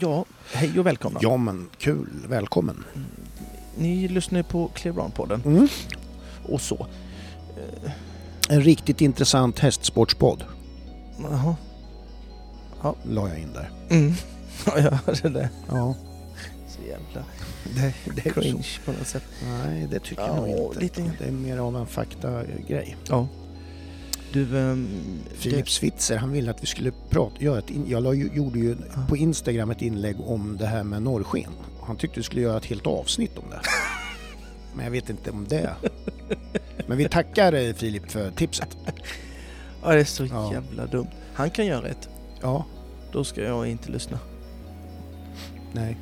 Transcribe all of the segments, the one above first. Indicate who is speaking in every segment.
Speaker 1: Ja, hej och välkomna.
Speaker 2: Ja men kul, välkommen.
Speaker 1: Ni lyssnar på Clearon-podden
Speaker 2: Mm.
Speaker 1: och så. Eh,
Speaker 2: En riktigt intressant hästsportspodd
Speaker 1: Jaha.
Speaker 2: la jag in där.
Speaker 1: Mm. Ja, jag hörde det.
Speaker 2: Ja,
Speaker 1: Så jävla
Speaker 2: det, det är så.
Speaker 1: cringe på något sätt.
Speaker 2: Nej, det tycker jag
Speaker 1: Ja,
Speaker 2: nog inte.
Speaker 1: lite.
Speaker 2: Det är mer av en faktagrej.
Speaker 1: Ja. Du, ehm,
Speaker 2: Filip Switzer, han ville att vi skulle prata, göra ett in, jag la, ju- gjorde ju
Speaker 1: Ja.
Speaker 2: på Instagram ett inlägg om det här med norrsken. Han tyckte vi skulle göra ett helt avsnitt om det. Men jag vet inte om det. Men vi tackar eh, Filip för tipset.
Speaker 1: det, ja, det är så
Speaker 2: Ja.
Speaker 1: jävla dumt. Han kan göra ett.
Speaker 2: Ja,
Speaker 1: Då ska jag inte lyssna.
Speaker 2: nej. Eh,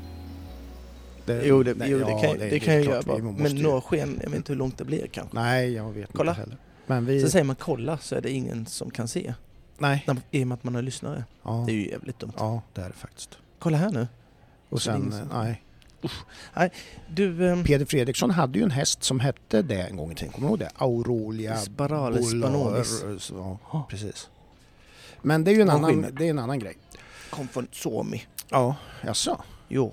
Speaker 2: Det,
Speaker 1: Jo, det,
Speaker 2: nej,
Speaker 1: jo, det
Speaker 2: ja,
Speaker 1: kan, det, kan
Speaker 2: är
Speaker 1: jag
Speaker 2: klart,
Speaker 1: göra.
Speaker 2: vi
Speaker 1: Bara.
Speaker 2: måste
Speaker 1: Men
Speaker 2: ju-
Speaker 1: norrsken, jag vet inte hur långt det blir kanske.
Speaker 2: Nej, jag vet
Speaker 1: Kolla.
Speaker 2: inte heller. Men vi...
Speaker 1: Sen säger man kolla så är det ingen som kan se.
Speaker 2: nej.
Speaker 1: När- I och med att man är lyssnare.
Speaker 2: Ja,
Speaker 1: Det är ju jävligt dumt.
Speaker 2: ja, det är det faktiskt.
Speaker 1: Kolla här nu.
Speaker 2: Och
Speaker 1: Så det är
Speaker 2: sen,
Speaker 1: ingen som-
Speaker 2: nej.
Speaker 1: Du, ehm,
Speaker 2: Peder Fredriksson hade ju en häst som hette det en gång i tiden. Kommer du ihåg det? Aurelia
Speaker 1: Spirales
Speaker 2: Bolar-
Speaker 1: Spanonis.
Speaker 2: Ja, precis. Men det är ju en,
Speaker 1: Och
Speaker 2: annan,
Speaker 1: skimmer.
Speaker 2: det är en annan grej.
Speaker 1: kom från Suomi.
Speaker 2: Ja. Jaså?
Speaker 1: Jo.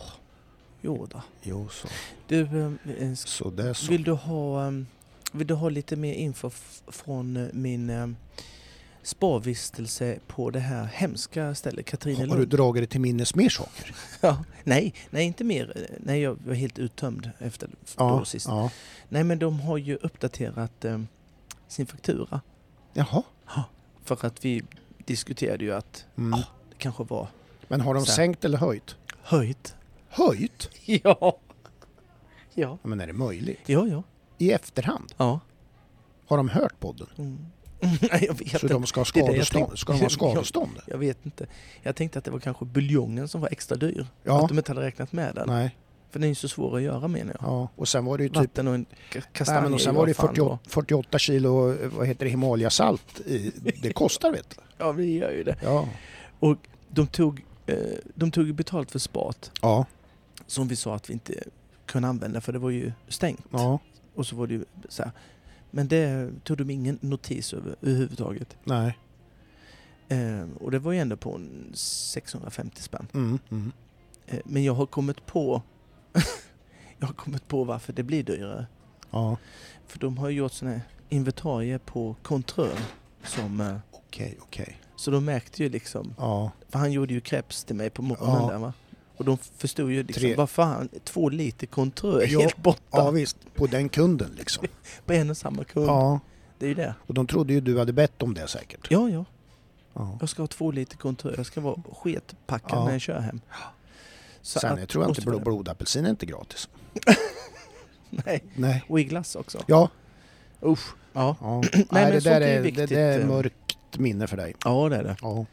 Speaker 1: Jo då.
Speaker 2: Jo, så.
Speaker 1: Du, ehm, eh, sk-
Speaker 2: Så det är så.
Speaker 1: vill du ha, ehm, vill du ha lite mer info f- från eh, min ehm, sparvistelse på det här hemska stället,
Speaker 2: Har du
Speaker 1: Katrinelund?
Speaker 2: dragit dig till minnes mer saker?
Speaker 1: Ja, nej, nej inte mer. Eh, Nej, jag var helt uttömd efter då sist.
Speaker 2: ja.
Speaker 1: Nej, men de har ju uppdaterat ehm, sin faktura.
Speaker 2: Jaha.
Speaker 1: För att vi diskuterade ju att
Speaker 2: Mm.
Speaker 1: Ah. det kanske var
Speaker 2: Men har de
Speaker 1: Så här.
Speaker 2: sänkt eller höjt?
Speaker 1: höjt.
Speaker 2: Höjt?
Speaker 1: Ja. Ja.
Speaker 2: Ja, men är det möjligt?
Speaker 1: Ja, ja.
Speaker 2: I efterhand?
Speaker 1: Ja.
Speaker 2: Har de hört podden?
Speaker 1: Mm. Nej, jag vet
Speaker 2: Så
Speaker 1: inte.
Speaker 2: de ska ha
Speaker 1: Det är det jag
Speaker 2: skadestånd?
Speaker 1: tänkte.
Speaker 2: Ska de ha skadestånd?
Speaker 1: Jag vet inte. Jag tänkte att det var kanske buljongen som var extra dyr. Att
Speaker 2: Ja.
Speaker 1: de inte hade räknat med den.
Speaker 2: Nej.
Speaker 1: För den är ju så svår att göra menar jag.
Speaker 2: Ja. Och sen var det ju typ
Speaker 1: Vatten och en k-
Speaker 2: Nej,
Speaker 1: kastanje.
Speaker 2: men och sen
Speaker 1: ja,
Speaker 2: var det
Speaker 1: fan
Speaker 2: 48, 48 kilo eh, vad heter det, Himalayasalt. I, det kostar vet du.
Speaker 1: Ja, vi gör ju det.
Speaker 2: Ja.
Speaker 1: Och de tog, eh, de tog ju betalt för spat
Speaker 2: Ja.
Speaker 1: som vi sa att vi inte kunde använda för det var ju stängt.
Speaker 2: ja.
Speaker 1: Och så var det ju så här. Men det tog de ingen notis över överhuvudtaget.
Speaker 2: Nej.
Speaker 1: Eh, och det var ju ändå på en 650 spänn.
Speaker 2: Mm. Mm.
Speaker 1: Eh, men jag har kommit på jag har kommit på varför det blir dyrare.
Speaker 2: Ja.
Speaker 1: För de har ju gjort såna här inventarier på Control. Som, eh,
Speaker 2: Okej, okej.
Speaker 1: så de märkte ju liksom,
Speaker 2: Ja.
Speaker 1: för han gjorde ju crepes till mig på morgonen
Speaker 2: Ja.
Speaker 1: där va. Och de förstod ju liksom,
Speaker 2: Tre.
Speaker 1: vad fan, två liter Control är
Speaker 2: Ja.
Speaker 1: helt borta
Speaker 2: ja, visst. På den kunden liksom.
Speaker 1: på en och samma kund.
Speaker 2: Ja.
Speaker 1: Det är ju det.
Speaker 2: Och de trodde ju du hade bett om det säkert.
Speaker 1: Ja, ja,
Speaker 2: Ja.
Speaker 1: jag ska ha två liter Control, jag ska vara sketpackad
Speaker 2: Ja.
Speaker 1: när jag kör hem. Så
Speaker 2: Sen jag tror jag inte
Speaker 1: måste
Speaker 2: blod,
Speaker 1: vara-
Speaker 2: blodapelsin är inte gratis.
Speaker 1: Nej,
Speaker 2: Nej.
Speaker 1: och i glass också.
Speaker 2: Ja.
Speaker 1: Usch. Ja.
Speaker 2: ja.
Speaker 1: Nej, men
Speaker 2: Nej, det
Speaker 1: sånt
Speaker 2: där
Speaker 1: är ju
Speaker 2: är, det,
Speaker 1: viktigt,
Speaker 2: det är
Speaker 1: eh.
Speaker 2: mörkt minne för dig.
Speaker 1: ja, det är det.
Speaker 2: Ja.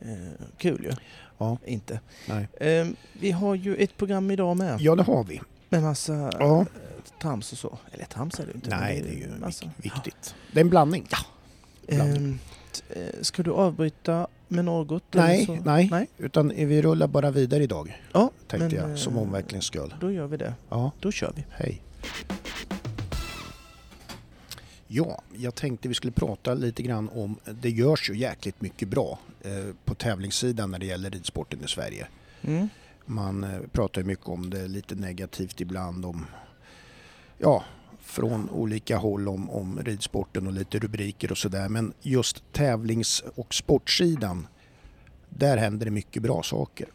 Speaker 1: Eh, kul ju.
Speaker 2: Ja.
Speaker 1: Inte.
Speaker 2: Nej.
Speaker 1: Eh, vi har ju ett program idag med. alltså,
Speaker 2: Ja, det har vi.
Speaker 1: Med massa
Speaker 2: Ja.
Speaker 1: trams och så. Eller trams är det ju inte. men
Speaker 2: Nej, det är ju
Speaker 1: massa.
Speaker 2: vik- viktigt. Det är en blandning. blandning.
Speaker 1: Ehm, t- eh, ska du avbryta med något? eller så?
Speaker 2: Nej, nej,
Speaker 1: Nej.
Speaker 2: Utan vi rullar bara vidare idag,
Speaker 1: Ja,
Speaker 2: tänkte
Speaker 1: men, eh,
Speaker 2: jag, som omväxlings skull.
Speaker 1: Då gör vi det.
Speaker 2: Ja,
Speaker 1: Då kör vi.
Speaker 2: hej. Ja, jag tänkte vi skulle prata lite grann om, det görs ju jäkligt mycket bra eh, på tävlingssidan när det gäller ridsporten i Sverige.
Speaker 1: Mm.
Speaker 2: Man eh, pratar ju mycket om det, lite negativt ibland om, ja, från olika håll om, om ridsporten och lite rubriker och sådär. Men just tävlings och sportsidan, där händer det mycket bra saker.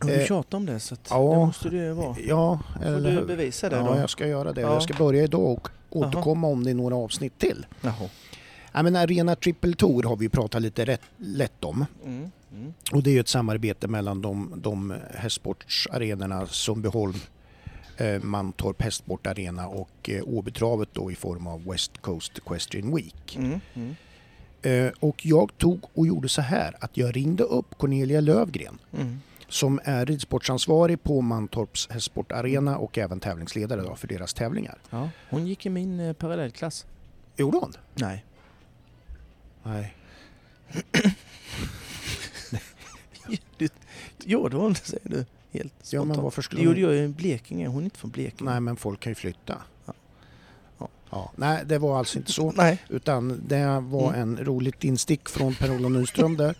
Speaker 1: Ja, Du
Speaker 2: Eh,
Speaker 1: tjatar om det så att
Speaker 2: ja.
Speaker 1: det måste du ju vara.
Speaker 2: Ja,
Speaker 1: Får
Speaker 2: eller
Speaker 1: du
Speaker 2: hur?
Speaker 1: bevisa det
Speaker 2: Ja,
Speaker 1: då?
Speaker 2: jag ska göra det.
Speaker 1: Ja.
Speaker 2: Jag ska börja idag och återkomma om det är några avsnitt till.
Speaker 1: Jaha.
Speaker 2: Ja, men Arena Triple Tour har vi pratat lite rätt, lätt om.
Speaker 1: Mm. Mm.
Speaker 2: Och det är ju ett samarbete mellan de, de hästsportsarenorna Sundbyholm, eh, Mantorp Hästsport Arena och eh, Åbytravet då i form av West Coast Equestrian Week.
Speaker 1: Mm. Mm.
Speaker 2: Eh, och jag tog och gjorde så här att jag ringde upp Cornelia Lövgren
Speaker 1: Mm.
Speaker 2: som är ridsportsansvarig på Mantorps Hästsport Arena och även tävlingsledare då för deras tävlingar.
Speaker 1: Ja. Hon gick i min eh, parallellklass.
Speaker 2: Gjorde hon?
Speaker 1: Nej.
Speaker 2: Nej.
Speaker 1: Gjorde hon det säger du? Helt spontant.
Speaker 2: Ja, men varför
Speaker 1: Det
Speaker 2: skulle
Speaker 1: gjorde
Speaker 2: hon...
Speaker 1: jag ju i Blekinge. Hon är inte från Blekinge.
Speaker 2: Nej, men folk kan ju flytta.
Speaker 1: Ja. Ja.
Speaker 2: Ja. Nej, det var alltså inte så.
Speaker 1: Nej. Mm.
Speaker 2: Utan det var en roligt instick från Per-Olof Nyström där.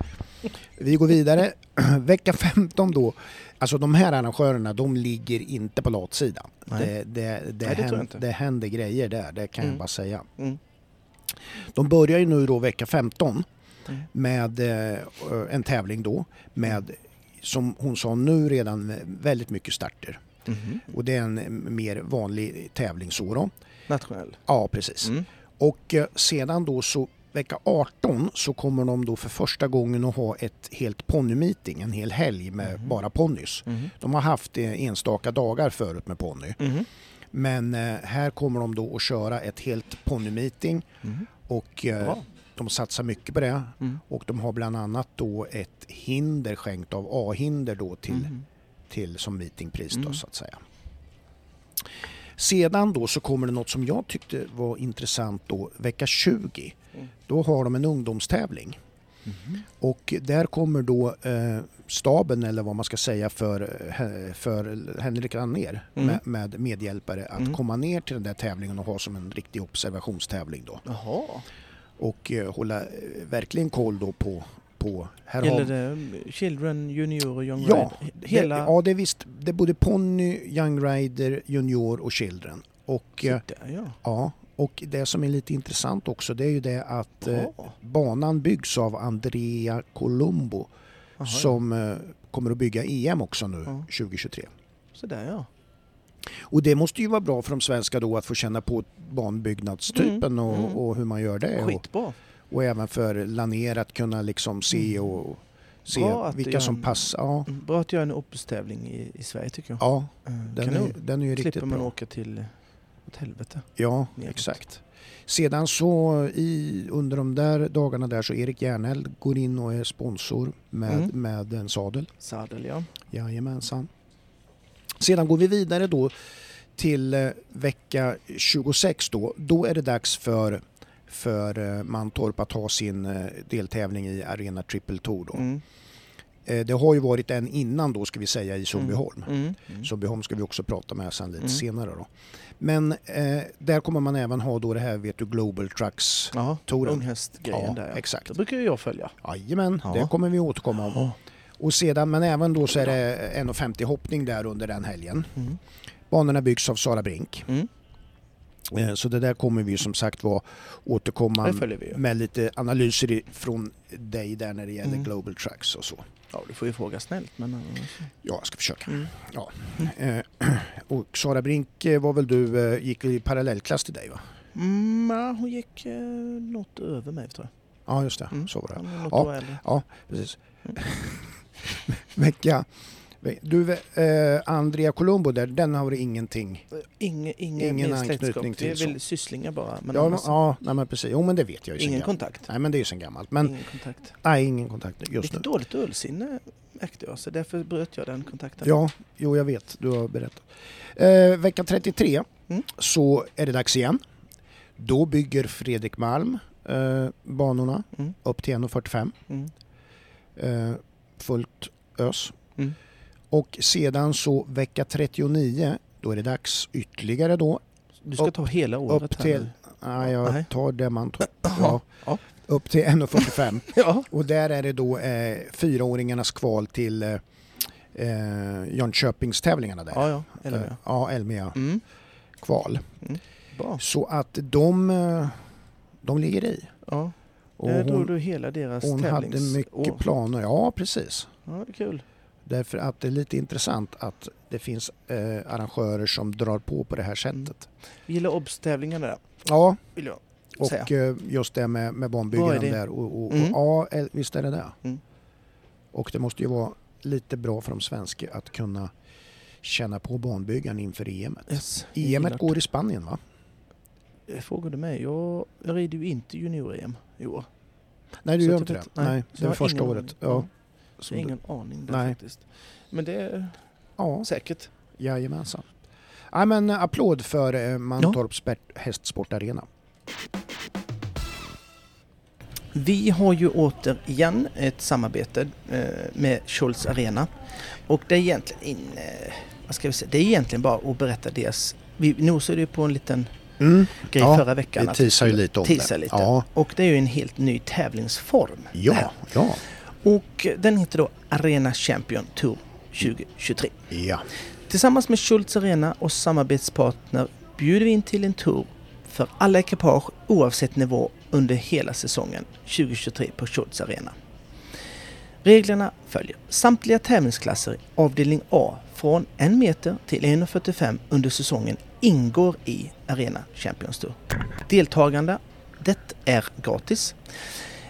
Speaker 2: Vi går vidare. Vecka 15 då. Alltså de här arrangörerna, de ligger inte på latsidan.
Speaker 1: Nej.
Speaker 2: Det, det, det,
Speaker 1: Nej, det tror jag
Speaker 2: händer,
Speaker 1: inte.
Speaker 2: det händer grejer där, det kan
Speaker 1: Mm.
Speaker 2: jag bara säga.
Speaker 1: Mm.
Speaker 2: De börjar ju nu då vecka 15
Speaker 1: Mm.
Speaker 2: med eh, en tävling då med, som hon sa nu redan, väldigt mycket starter.
Speaker 1: Mhm.
Speaker 2: Och det är en mer vanlig tävling så då.
Speaker 1: Nationell.
Speaker 2: Ja, precis.
Speaker 1: Mm.
Speaker 2: Och eh, sedan då så vecka 18 så kommer de då för första gången att ha ett helt ponnymeeting, en hel helg med
Speaker 1: Mhm.
Speaker 2: bara ponnys.
Speaker 1: Mhm.
Speaker 2: De har haft det enstaka dagar förut med ponny.
Speaker 1: Mhm.
Speaker 2: Men eh, här kommer de då att köra ett helt ponnymeeting
Speaker 1: Mhm.
Speaker 2: och eh,
Speaker 1: Bra.
Speaker 2: de satsar mycket på det.
Speaker 1: Mm.
Speaker 2: Och de har bland annat då ett hinder skänkt av A-hinder då till,
Speaker 1: Mhm.
Speaker 2: till som meetingpris
Speaker 1: Mm.
Speaker 2: då så att säga. Sedan då så kommer det något som jag tyckte var intressant då vecka 20.
Speaker 1: Mm.
Speaker 2: Då har de en ungdomstävling
Speaker 1: Mhm.
Speaker 2: och där kommer då eh, staben eller vad man ska säga för, eh, för Henrik Anér
Speaker 1: Mm.
Speaker 2: med, med medhjälpare att
Speaker 1: Mm.
Speaker 2: komma ner till den där tävlingen och ha som en riktig observationstävling då
Speaker 1: Jaha.
Speaker 2: och eh, hålla eh, verkligen koll då på, på här har-
Speaker 1: Gäller det Children, Junior och Young
Speaker 2: Ja,
Speaker 1: Ride?
Speaker 2: det,
Speaker 1: Hela...
Speaker 2: ja det är visst. Det är både ponny, young rider, junior och children. Och, eh,
Speaker 1: Där, ja.
Speaker 2: ja, och det som är lite intressant också det är ju det att eh,
Speaker 1: Bra.
Speaker 2: banan byggs av Andrea Colombo
Speaker 1: Jaha,
Speaker 2: som eh, kommer att bygga EM också nu
Speaker 1: Ja.
Speaker 2: 2023.
Speaker 1: ja. Sådär ja.
Speaker 2: Och det måste ju vara bra för de svenska då att få känna på banbyggnadstypen
Speaker 1: Mm,
Speaker 2: och,
Speaker 1: mm.
Speaker 2: och hur man gör det. Och,
Speaker 1: Skitbra.
Speaker 2: och även för Laner att kunna liksom se
Speaker 1: Mm.
Speaker 2: och se
Speaker 1: Bra att det
Speaker 2: vilka
Speaker 1: gör
Speaker 2: som
Speaker 1: en-
Speaker 2: passar. Ja,
Speaker 1: Mm, Bra att göra en Opus-tävling i, i Sverige tycker jag.
Speaker 2: ja
Speaker 1: Eh,
Speaker 2: den,
Speaker 1: Kanon.
Speaker 2: är, den är ju riktigt
Speaker 1: Slipper man
Speaker 2: bra.
Speaker 1: åka till eh, åt helvete.
Speaker 2: Ja,
Speaker 1: neråt.
Speaker 2: exakt. Sedan så i, under de där dagarna där så Erik Järneld går in och är sponsor med,
Speaker 1: Mm.
Speaker 2: med en sadel.
Speaker 1: Sadel ja.
Speaker 2: Jajamensan. Sedan går vi vidare då till eh, vecka 26 då. Då är det dags för, för eh, Mantorp att ha sin eh, deltävling i Arena Triple Tour då.
Speaker 1: Mm.
Speaker 2: Eh, Det har ju varit en innan då ska vi säga i Sundbyholm.
Speaker 1: Mm.
Speaker 2: Sundbyholm ska vi också prata med sen lite
Speaker 1: Mm.
Speaker 2: senare då. Men eh, där kommer man även ha då det här vet du Global Trucks
Speaker 1: Ja,
Speaker 2: touren.
Speaker 1: unghästgrejen
Speaker 2: Ja,
Speaker 1: där Mm. ja.
Speaker 2: exakt.
Speaker 1: Det brukar ju jag följa.
Speaker 2: Jajamän,
Speaker 1: Ja.
Speaker 2: det kommer vi återkomma om.
Speaker 1: Ja.
Speaker 2: Och sedan, men även då så är det 1,50 hoppning där under den helgen.
Speaker 1: Mm.
Speaker 2: Banorna byggs av Sara Brink.
Speaker 1: Mm.
Speaker 2: Eh, Så det där kommer vi som sagt var återkomma
Speaker 1: Det följer vi ju.
Speaker 2: med lite analyser i- från dig där när det gäller
Speaker 1: Mm.
Speaker 2: Global Trucks och så.
Speaker 1: Ja, du får ju fråga snällt men... annars-
Speaker 2: Ja, jag ska försöka.
Speaker 1: Mm.
Speaker 2: Eh, Och Sara Brink eh, var väl du, eh, gick i parallellklass till dig va?
Speaker 1: Mm, ja, hon gick eh, något över mig tror jag.
Speaker 2: Ja, just det.
Speaker 1: Mm.
Speaker 2: Så var det.
Speaker 1: Hon är något
Speaker 2: Ja.
Speaker 1: år äldre.
Speaker 2: Precis.
Speaker 1: Mm.
Speaker 2: Vecka. Du, eh, Andrea Colombo där, den har du ingenting.
Speaker 1: Inge, inge,
Speaker 2: Ingen
Speaker 1: ingen
Speaker 2: anknytning
Speaker 1: anknytning
Speaker 2: till
Speaker 1: till Det är väl sysslingar bara. Men
Speaker 2: ja,
Speaker 1: annars,
Speaker 2: men- ja, nej men precis. Jo men det vet jag ju sen
Speaker 1: ingen
Speaker 2: gammalt.
Speaker 1: kontakt.
Speaker 2: Nej men det är ju sen gammalt. Men
Speaker 1: ingen kontakt.
Speaker 2: nej, ingen kontakt just
Speaker 1: Lite
Speaker 2: nu.
Speaker 1: dåligt ölsinne märkte jag så därför bröt jag den kontakten.
Speaker 2: Ja, jo jag vet. Du har berättat. Eh, vecka 33
Speaker 1: Mm.
Speaker 2: så är det dags igen. Då bygger Fredrik Malm eh, banorna
Speaker 1: Mm.
Speaker 2: upp till 1,45.
Speaker 1: Mm.
Speaker 2: eh, fullt ös.
Speaker 1: Mm.
Speaker 2: Och sedan så vecka 39, då är det dags ytterligare då.
Speaker 1: Du ska
Speaker 2: Upp-
Speaker 1: ta hela året
Speaker 2: upp
Speaker 1: här
Speaker 2: till-
Speaker 1: nu.
Speaker 2: Nej, jag
Speaker 1: Nej.
Speaker 2: tar det man tar.
Speaker 1: Jaha. Ja.
Speaker 2: Upp till 1,45.
Speaker 1: Ja.
Speaker 2: och där är det då eh, fyraåringarnas kval till eh, eh, Jönköpingstävlingarna där.
Speaker 1: ja, ja. Eller hur?
Speaker 2: Eh, ja, Elmia
Speaker 1: Mm.
Speaker 2: kval.
Speaker 1: Bra.
Speaker 2: Så att de, eh, de ligger i.
Speaker 1: Ja.
Speaker 2: Och
Speaker 1: Där drog
Speaker 2: hon
Speaker 1: du hela deras
Speaker 2: hon hade mycket
Speaker 1: tävlingsår.
Speaker 2: planer. Ja, precis.
Speaker 1: Ja, det är kul.
Speaker 2: Därför att det är lite intressant att det finns eh, arrangörer som drar på på det här
Speaker 1: Mm.
Speaker 2: sättet.
Speaker 1: Vi gillar obstävlingarna där,
Speaker 2: Ja,
Speaker 1: vill jag säga.
Speaker 2: och eh, just det med, med
Speaker 1: Vad
Speaker 2: barnbyggaren
Speaker 1: är det?
Speaker 2: där. Och, och, och,
Speaker 1: Mm.
Speaker 2: Ja, eh, visst är det det.
Speaker 1: Mm.
Speaker 2: Och det måste ju vara lite bra för de svenska att kunna känna på barnbyggaren inför E EM. et.
Speaker 1: Yes, jag
Speaker 2: EM
Speaker 1: gillar
Speaker 2: et går i Spanien va?
Speaker 1: det. Frågar du mig? Jag, jag rider ju inte junior-EM i år.
Speaker 2: Nej, du
Speaker 1: Så
Speaker 2: gör
Speaker 1: att
Speaker 2: inte
Speaker 1: jag
Speaker 2: det.
Speaker 1: vet-
Speaker 2: Nej,
Speaker 1: så
Speaker 2: det
Speaker 1: jag
Speaker 2: är
Speaker 1: har
Speaker 2: första
Speaker 1: ingen Mm.
Speaker 2: året.
Speaker 1: aning.
Speaker 2: Ja,
Speaker 1: Så
Speaker 2: som
Speaker 1: jag har
Speaker 2: du-
Speaker 1: ingen aning där
Speaker 2: Nej.
Speaker 1: faktiskt. Men det är
Speaker 2: ja
Speaker 1: säkert.
Speaker 2: jajamensan. Ja, men eh, applåd för eh, Mantorps spert- hästsportarena.
Speaker 1: Vi har ju återigen ett samarbete eh, med Scholz Arena. Och det är egentligen, in, eh, vad ska vi säga, det är egentligen bara att berätta deras... Vi nosade ju på en liten
Speaker 2: Mm.
Speaker 1: grej
Speaker 2: Ja,
Speaker 1: förra veckan.
Speaker 2: Vi
Speaker 1: att-
Speaker 2: teasar ju lite om
Speaker 1: teasar
Speaker 2: det.
Speaker 1: lite.
Speaker 2: Ja,
Speaker 1: Och det är ju en helt ny tävlingsform. det här.
Speaker 2: ja, ja.
Speaker 1: Och den heter då Arena Champion Tour 2023.
Speaker 2: Ja.
Speaker 1: Tillsammans med Schultz Arena och samarbetspartner bjuder vi in till en tour för alla ekipage oavsett nivå under hela säsongen 2023 på Schultz Arena. Reglerna följer samtliga tävlingsklasser i avdelning A från 1 meter till 1,45 under säsongen ingår i Arena Champions Tour. Deltagande, det är gratis.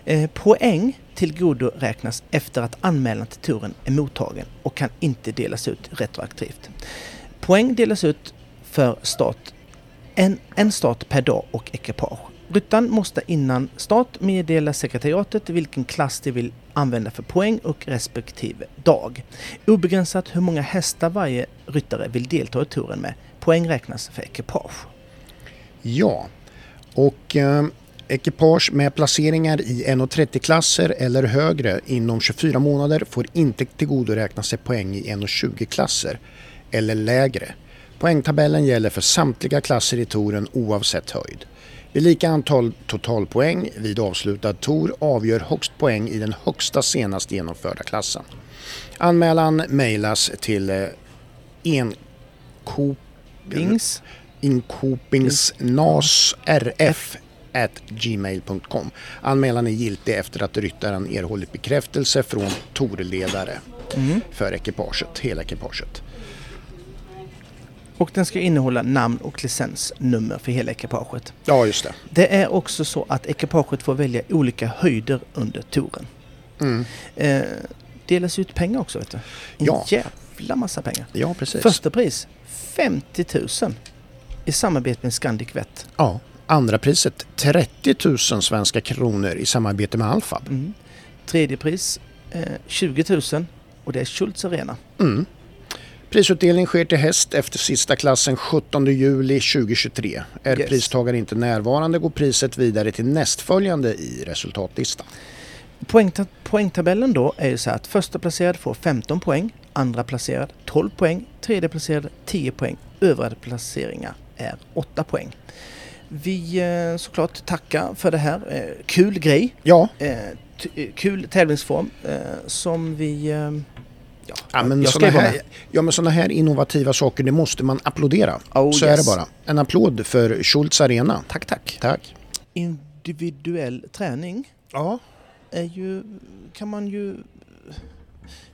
Speaker 1: Eh, Poäng till godo räknas efter att anmälan till touren är mottagen och kan inte delas ut retroaktivt. Poäng delas ut för start, en, en start per dag och ekipage. Ryttaren måste innan start meddela sekretariatet vilken klass de vill använda för poäng och respektive dag. Obegränsat hur många hästar varje ryttare vill delta i touren med. Poäng räknas för ekipage.
Speaker 2: Ja, och eh, ekipage med placeringar i 1,30-klasser eller högre inom 24 månader får inte tillgodoräkna sig poäng i 1,20-klasser eller lägre. Poängtabellen gäller för samtliga klasser i touren oavsett höjd. Vid lika antal totalpoäng vid avslutad tour avgör högst poäng i den högsta senast genomförda klassen. Anmälan mejlas till eh, enkop...
Speaker 1: Bings.
Speaker 2: inkopingsnasrf.gmail.com. Anmälan är giltig efter att ryttaren erhållit bekräftelse från torledare
Speaker 1: Mm.
Speaker 2: för ekipaget, hela ekipaget.
Speaker 1: Och den ska innehålla namn och licensnummer för hela ekipaget.
Speaker 2: Ja, just det.
Speaker 1: Det är också så att ekipaget får välja olika höjder under touren.
Speaker 2: Mm.
Speaker 1: Eh, delas ut pengar också vet du. En
Speaker 2: Ja.
Speaker 1: jävla massa pengar.
Speaker 2: Ja, precis.
Speaker 1: Första pris 50 000 i samarbete med Scandic Vett.
Speaker 2: Ja. Andra priset 30 000 svenska kronor i samarbete med Alfab.
Speaker 1: Mm. Tredje pris eh, 20 000 och det är Schultz Arena.
Speaker 2: Mm. Prisutdelning sker till häst efter sista klassen 17 juli 2023. Är
Speaker 1: Yes.
Speaker 2: pristagare inte närvarande går priset vidare till nästföljande i resultatlistan.
Speaker 1: Poängta- poängtabellen då är ju så här att första placerad får 15 poäng, andra placerad 12 poäng, tredje placerad 10 poäng, övriga placeringar är 8 poäng. Vi eh, såklart tackar för det här. Eh, Kul grej,
Speaker 2: Ja,
Speaker 1: eh, t- eh, kul tävlingsform eh, som vi... eh, Ja,
Speaker 2: ja men,
Speaker 1: jag
Speaker 2: såna
Speaker 1: ska ju vara
Speaker 2: här,
Speaker 1: med.
Speaker 2: ja, men såna här innovativa saker det måste man applådera.
Speaker 1: Oh,
Speaker 2: Så är
Speaker 1: yes.
Speaker 2: det bara. En applåd för Schultz Arena.
Speaker 1: Tack, tack.
Speaker 2: Tack.
Speaker 1: Individuell träning
Speaker 2: Ja,
Speaker 1: är ju, kan man ju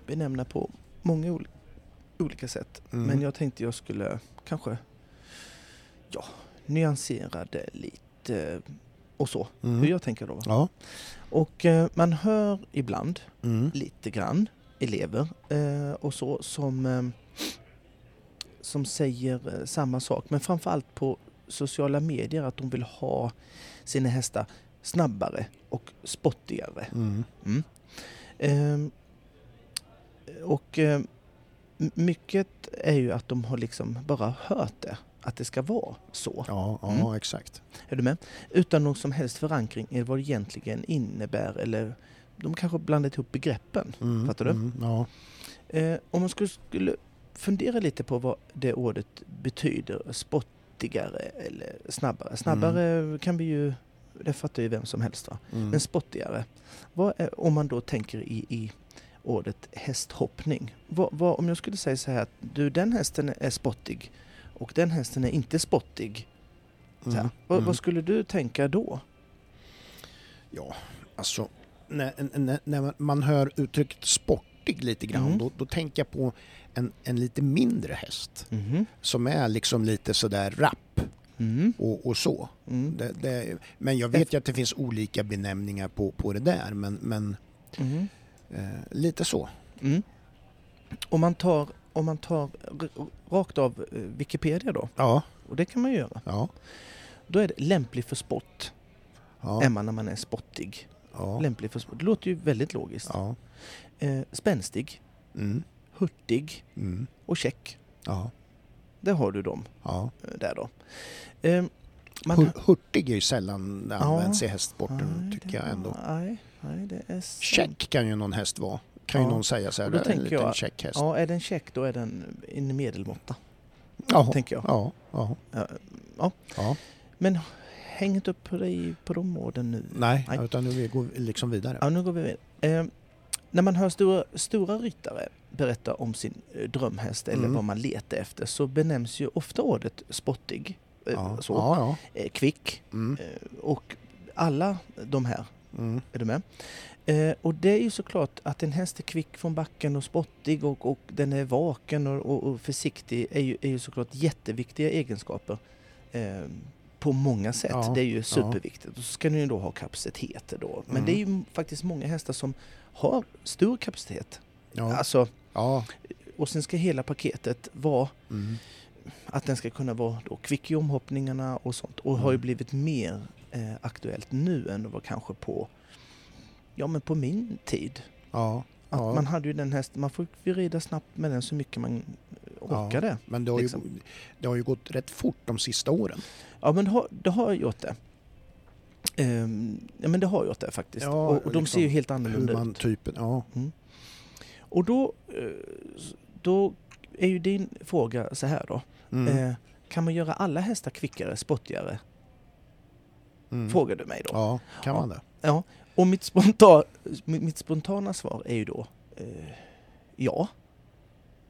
Speaker 1: benämna på många ol- olika sätt.
Speaker 2: Mm.
Speaker 1: Men jag tänkte jag skulle kanske ja, nyansera det lite och så,
Speaker 2: Mm.
Speaker 1: hur jag tänker då. va?
Speaker 2: Ja.
Speaker 1: Och eh, man hör ibland
Speaker 2: Mm.
Speaker 1: lite grann elever eh, och så som, eh, som säger eh, samma sak. Men framförallt på sociala medier att de vill ha sina hästar snabbare och spottigare.
Speaker 2: Mm.
Speaker 1: Mm. Ehm, och eh, m- mycket är ju att de har liksom bara hört det, att det ska vara så.
Speaker 2: Ja, ja
Speaker 1: Mm.
Speaker 2: exakt.
Speaker 1: Är du med? Utan någon som helst förankring i vad det egentligen innebär eller de kanske blandat ihop begreppen.
Speaker 2: Mm.
Speaker 1: Fattar du?
Speaker 2: Mm. Ja.
Speaker 1: Eh, om man skulle, skulle fundera lite på vad det ordet betyder, spottigare eller snabbare. Snabbare kan vi ju, det fattar ju vem som helst va.
Speaker 2: Mm.
Speaker 1: Men spottigare. Vad är, om man då tänker i, i ordet hästhoppning. Vad, vad, om jag skulle säga så här att du den hästen är spottig och den hästen är inte spottig. Så här,
Speaker 2: Mm.
Speaker 1: vad,
Speaker 2: Mm.
Speaker 1: vad skulle du tänka då?
Speaker 2: Ja, alltså när, när, när man- man hör uttrycket sportig lite grann
Speaker 1: Mm.
Speaker 2: då, då tänker jag på en, en lite mindre häst
Speaker 1: Mm.
Speaker 2: som är liksom lite sådär rapp
Speaker 1: Mm.
Speaker 2: och, och så.
Speaker 1: Mm.
Speaker 2: Det, det, men jag vet ju att det finns olika benämningar på, på det där men, men
Speaker 1: Mm.
Speaker 2: eh, lite så.
Speaker 1: Mm. Om man tar, om man tar r- rakt av eh, Wikipedia då,
Speaker 2: Ja,
Speaker 1: och det kan man ju göra,
Speaker 2: ja,
Speaker 1: då är det lämplig för spott,
Speaker 2: ja,
Speaker 1: är man när man är spottig.
Speaker 2: ja,
Speaker 1: Lämplig för spott, det låter ju väldigt logiskt.
Speaker 2: ja,
Speaker 1: Eh, spänstig,
Speaker 2: mm,
Speaker 1: hurtig
Speaker 2: mm,
Speaker 1: och check.
Speaker 2: ja,
Speaker 1: Där har du dem
Speaker 2: ja.
Speaker 1: eh, där då. Eh, man-
Speaker 2: Hur, hurtig är ju sällan det
Speaker 1: Ja.
Speaker 2: används i hästsporten
Speaker 1: Nej,
Speaker 2: tycker
Speaker 1: det
Speaker 2: jag
Speaker 1: var-
Speaker 2: ändå.
Speaker 1: Nej, nej, det är sant.
Speaker 2: Check kan ju någon häst vara. Kan ju
Speaker 1: Ja.
Speaker 2: någon säga så här,
Speaker 1: Och då
Speaker 2: det är en
Speaker 1: tänker
Speaker 2: liten
Speaker 1: jag-
Speaker 2: check häst.
Speaker 1: Ja, är den check då är den en medelmåtta,
Speaker 2: Jaha.
Speaker 1: tänker jag.
Speaker 2: Ja, ja,
Speaker 1: Ja, ja.
Speaker 2: ja.
Speaker 1: Men häng inte upp dig på de orden nu.
Speaker 2: Nej,
Speaker 1: Nej.
Speaker 2: utan nu vi går liksom vidare.
Speaker 1: Ja, nu går vi vidare. Eh, När man hör stora, stora ryttare berätta om sin eh, drömhäst eller
Speaker 2: Mm.
Speaker 1: vad man letar efter så benämns ju ofta ordet spottig, eh,
Speaker 2: Ja,
Speaker 1: så,
Speaker 2: ja. ja.
Speaker 1: eh, kvick
Speaker 2: Mm.
Speaker 1: eh, och alla de här
Speaker 2: Mm.
Speaker 1: är du med? Eh, och det är ju såklart att en häst är kvick från backen och spottig och, och den är vaken och, och, och försiktig är ju, är ju såklart jätteviktiga egenskaper. Eh, på många sätt.
Speaker 2: Ja,
Speaker 1: det är ju superviktigt. Och så ska den ju då ha kapacitet då. Men
Speaker 2: Mm.
Speaker 1: det är ju faktiskt många hästar som har stor kapacitet.
Speaker 2: Ja.
Speaker 1: Alltså,
Speaker 2: Ja.
Speaker 1: och sen ska hela paketet vara
Speaker 2: Mm.
Speaker 1: att den ska kunna vara då kvick i omhoppningarna och sånt. Och har ju
Speaker 2: Mm.
Speaker 1: blivit mer eh, aktuellt nu än det var kanske på, ja, men på min tid.
Speaker 2: ja.
Speaker 1: Att
Speaker 2: Ja.
Speaker 1: man hade ju den hästen, man fick ju rida snabbt med den så mycket man orkade. Ja,
Speaker 2: Men det har, ju,
Speaker 1: liksom.
Speaker 2: det har ju gått rätt fort de sista åren.
Speaker 1: men det har, det har gjort det. Ehm, ja men det har gjort det faktiskt.
Speaker 2: Ja,
Speaker 1: och, och de
Speaker 2: liksom
Speaker 1: ser ju helt
Speaker 2: Hur
Speaker 1: annorlunda
Speaker 2: man
Speaker 1: ut.
Speaker 2: typen, ja.
Speaker 1: Och då, eh, s- då är ju din fråga så här då.
Speaker 2: Mm.
Speaker 1: Eh, kan man göra alla hästar kvickare, spottigare?
Speaker 2: Mm.
Speaker 1: Frågar du mig då.
Speaker 2: Ja, kan
Speaker 1: Ja.
Speaker 2: man det?
Speaker 1: Och mitt, spontan, mitt mitt spontana svar är ju då eh, ja.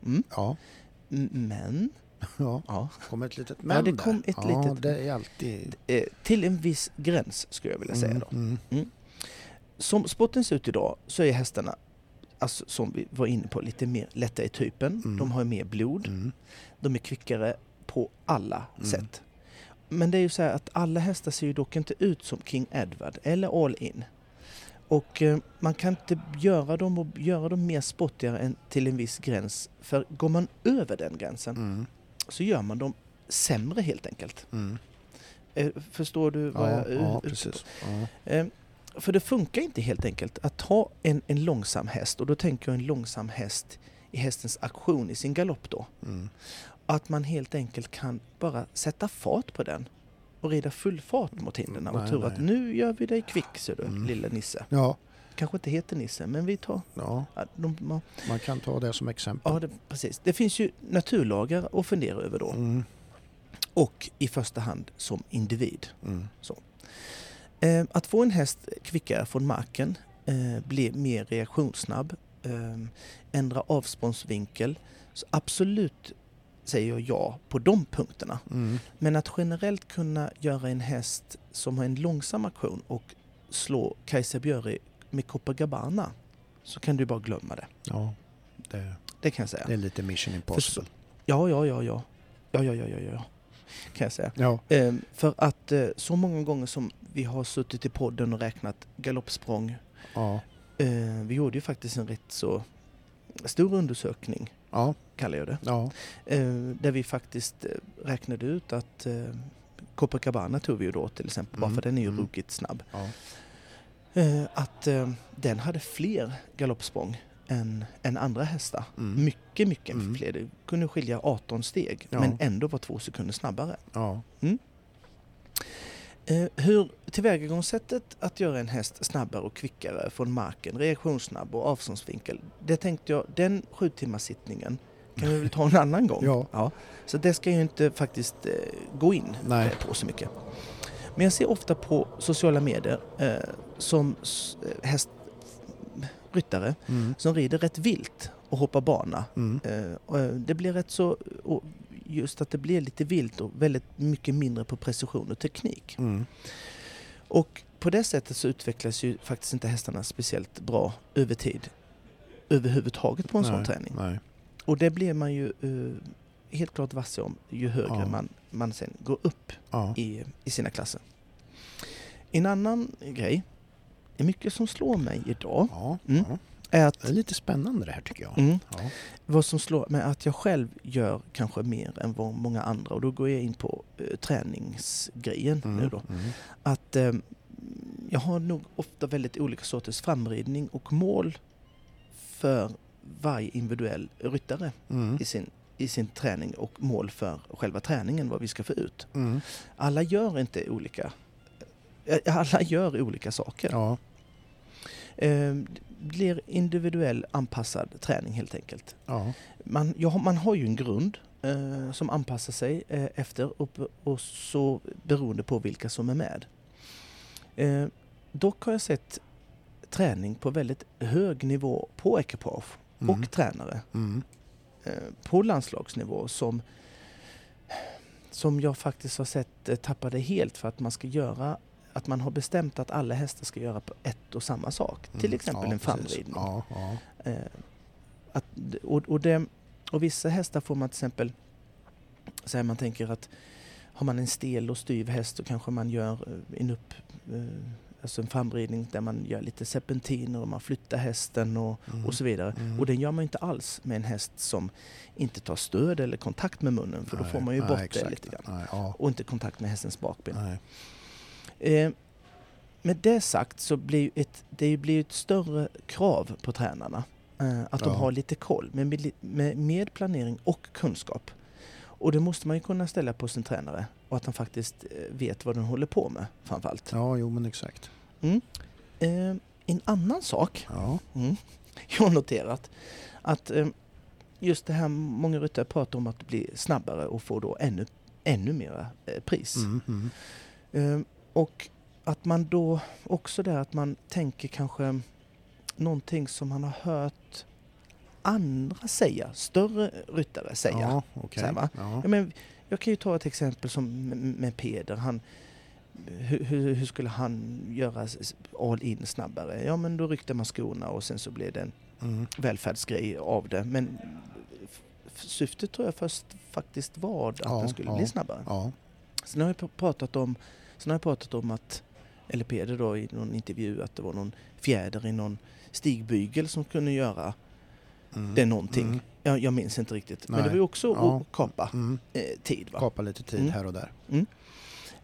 Speaker 1: Mm,
Speaker 2: Ja.
Speaker 1: m- men
Speaker 2: ja.
Speaker 1: ja.
Speaker 2: Kom ett litet men
Speaker 1: Ja, det
Speaker 2: där.
Speaker 1: kom ett
Speaker 2: ja,
Speaker 1: litet-
Speaker 2: det är alltid...
Speaker 1: Eh, till en viss gräns skulle jag vilja säga då.
Speaker 2: Mm.
Speaker 1: Som spotten ser ut idag så är hästarna, alltså, som vi var inne på, lite mer lätta i typen.
Speaker 2: Mm.
Speaker 1: De har mer blod.
Speaker 2: Mm.
Speaker 1: De är kvickare på alla
Speaker 2: Mm.
Speaker 1: sätt. Men det är ju så här att alla hästar ser ju dock inte ut som King Edward eller All In. Och eh, man kan inte göra dem och göra dem mer spottigare än till en viss gräns. För går man över den gränsen
Speaker 2: Mm.
Speaker 1: så gör man dem sämre helt enkelt.
Speaker 2: Mm.
Speaker 1: Eh, förstår du vad
Speaker 2: Ja,
Speaker 1: jag är
Speaker 2: ja,
Speaker 1: ute på?
Speaker 2: precis. Ja.
Speaker 1: Eh, För det funkar inte helt enkelt att ha en, en långsam häst och då tänker jag en långsam häst i hästens aktion i sin galopp då.
Speaker 2: Mm.
Speaker 1: Att man helt enkelt kan bara sätta fart på den och rida full fart mot hindren och
Speaker 2: Nej,
Speaker 1: tro
Speaker 2: nej.
Speaker 1: att nu gör vi dig kvick ser du
Speaker 2: Mm.
Speaker 1: lilla Nisse.
Speaker 2: Ja.
Speaker 1: Kanske inte heter Nisse men vi tar...
Speaker 2: ja,
Speaker 1: Ja, de, man,
Speaker 2: man kan ta det som exempel.
Speaker 1: ja det, precis. Det finns ju naturlagar att fundera över då
Speaker 2: Mm.
Speaker 1: och i första hand som individ.
Speaker 2: Mm.
Speaker 1: Eh, Att få en häst kvickare från marken, eh, bli mer reaktionssnabb, eh, ändra avståndsvinkel. Så absolut säger jag ja på de punkterna.
Speaker 2: Mm.
Speaker 1: Men att generellt kunna göra en häst som har en långsam aktion och slå Kajsa Björi med Copacabana så kan du bara glömma det.
Speaker 2: Ja, det,
Speaker 1: Det kan jag säga.
Speaker 2: det är lite mission impossible.
Speaker 1: Ja, ja, ja, ja. Ja, ja, ja, ja, ja. Kan jag säga.
Speaker 2: Ja.
Speaker 1: Eh, För att eh, så många gånger som vi har suttit i podden och räknat galoppsprång
Speaker 2: Ja.
Speaker 1: Eh, vi gjorde ju faktiskt en rätt så stor undersökning,
Speaker 2: Ja.
Speaker 1: kallar jag det,
Speaker 2: Ja.
Speaker 1: eh, där vi faktiskt eh, räknade ut att eh, Copacabana tog vi ju då till exempel, bara
Speaker 2: Mm,
Speaker 1: för den är ju
Speaker 2: mm.
Speaker 1: ruggigt snabb,
Speaker 2: Ja.
Speaker 1: eh, att eh, den hade fler galoppsprång än, än andra hästar.
Speaker 2: Mm.
Speaker 1: Mycket, mycket
Speaker 2: Mm.
Speaker 1: fler. Det kunde skilja 18 steg,
Speaker 2: Ja.
Speaker 1: men ändå var två sekunder snabbare.
Speaker 2: Ja.
Speaker 1: Eh, hur tillvägagångssättet att göra en häst snabbare och kvickare från marken, reaktionssnabb och avståndsvinkel. Det tänkte jag, den sju timmars sittningen kan vi väl ta en annan gång.
Speaker 2: Ja.
Speaker 1: Så det ska jag ju inte faktiskt eh, gå in
Speaker 2: Nej.
Speaker 1: eh, på så mycket. Men jag ser ofta på sociala medier eh, som s- eh, hästryttare
Speaker 2: Mm.
Speaker 1: som rider rätt vilt och hoppar bana.
Speaker 2: Mm.
Speaker 1: Eh, och, eh, Det blir rätt så, och just att det blir lite vilt och väldigt mycket mindre på precision och teknik.
Speaker 2: Mm.
Speaker 1: Och på det sättet så utvecklas ju faktiskt inte hästarna speciellt bra över tid överhuvudtaget på en sån
Speaker 2: Nej,
Speaker 1: träning.
Speaker 2: Nej.
Speaker 1: Och det blir man ju eh, helt klart vass om ju högre
Speaker 2: Ja.
Speaker 1: man, man sen går upp
Speaker 2: Ja.
Speaker 1: i, i sina klasser. En annan grej, mycket som slår mig idag,
Speaker 2: Ja.
Speaker 1: Mm.
Speaker 2: ja.
Speaker 1: är att
Speaker 2: Det är lite spännande det här tycker jag.
Speaker 1: mm,
Speaker 2: Ja.
Speaker 1: vad som slår mig är att jag själv gör kanske mer än vad många andra och då går jag in på eh, träningsgrejen nu då.
Speaker 2: Mm.
Speaker 1: att eh, jag har nog ofta väldigt olika sorters framridning och mål för varje individuell ryttare
Speaker 2: Mm.
Speaker 1: i sin, i sin träning och mål för själva träningen, vad vi ska få ut.
Speaker 2: Mm.
Speaker 1: Alla gör inte olika eh, alla gör olika saker.
Speaker 2: Ja.
Speaker 1: Eh, det blir individuell anpassad träning helt enkelt.
Speaker 2: Ja.
Speaker 1: Man, ja, man har ju en grund eh, som anpassar sig eh, efter och, och så beroende på vilka som är med. Eh, dock har jag sett träning på väldigt hög nivå på ekipage
Speaker 2: Mm.
Speaker 1: och tränare
Speaker 2: Mm.
Speaker 1: eh, på landslagsnivå som, som jag faktiskt har sett eh, tappade helt för att man ska göra att man har bestämt att alla hästar ska göra på ett och samma sak. Till
Speaker 2: Mm.
Speaker 1: exempel
Speaker 2: Ja,
Speaker 1: en
Speaker 2: precis.
Speaker 1: framridning.
Speaker 2: Ja, ja.
Speaker 1: Eh, att, och, och, det, och vissa hästar får man till exempel, så här man tänker att har man en stel och styv häst så kanske man gör eh, en upp, eh, alltså en framridning där man gör lite serpentiner och man flyttar hästen och,
Speaker 2: Mm.
Speaker 1: och så vidare.
Speaker 2: Mm.
Speaker 1: Och den gör man ju inte alls med en häst som inte tar stöd eller kontakt med munnen för då
Speaker 2: Nej,
Speaker 1: får man ju
Speaker 2: nej,
Speaker 1: bort det
Speaker 2: exakt.
Speaker 1: lite grann.
Speaker 2: Nej, ja,
Speaker 1: Och inte kontakt med hästens bakben.
Speaker 2: nej.
Speaker 1: Eh, med det sagt så blir ju ett, det blir ju ett större krav på tränarna. Eh, att de
Speaker 2: Ja.
Speaker 1: har lite koll med, med, med, med planering och kunskap. Och det måste man ju kunna ställa på sin tränare. Och att han faktiskt eh, vet vad den håller på med framförallt.
Speaker 2: ja, jo men exakt.
Speaker 1: Eh, en annan sak
Speaker 2: Ja,
Speaker 1: mm, jag har noterat att eh, just det här många ryttare pratar om att bli snabbare och få då ännu, ännu mera eh, pris.
Speaker 2: mm, mm.
Speaker 1: Ehm, Och att man då också där att man tänker kanske någonting som man har hört andra säga, större ryttare säga.
Speaker 2: ja okej.
Speaker 1: Så här, va?
Speaker 2: Ja.
Speaker 1: Ja, men jag kan ju ta ett exempel som med- med Peder. Han, hur, hur hur skulle han göra s- all in snabbare? Ja men då ryckte man skorna och sen så blev det en
Speaker 2: Mm.
Speaker 1: välfärdsgrej av det. Men f- syftet tror jag först faktiskt var att
Speaker 2: Ja,
Speaker 1: den skulle
Speaker 2: ja.
Speaker 1: bli snabbare.
Speaker 2: Ja.
Speaker 1: Sen har jag pr- pratat om, sen har jag pratat om att, eller Peder då i någon intervju, att det var någon fjäder i någon stigbygel som kunde göra
Speaker 2: Mm.
Speaker 1: det någonting.
Speaker 2: Mm.
Speaker 1: Jag, jag minns inte riktigt. Men
Speaker 2: Nej.
Speaker 1: det var ju också
Speaker 2: Ja.
Speaker 1: att kapa
Speaker 2: Mm.
Speaker 1: eh, tid. Va?
Speaker 2: Kapa lite tid
Speaker 1: Mm.
Speaker 2: här och där.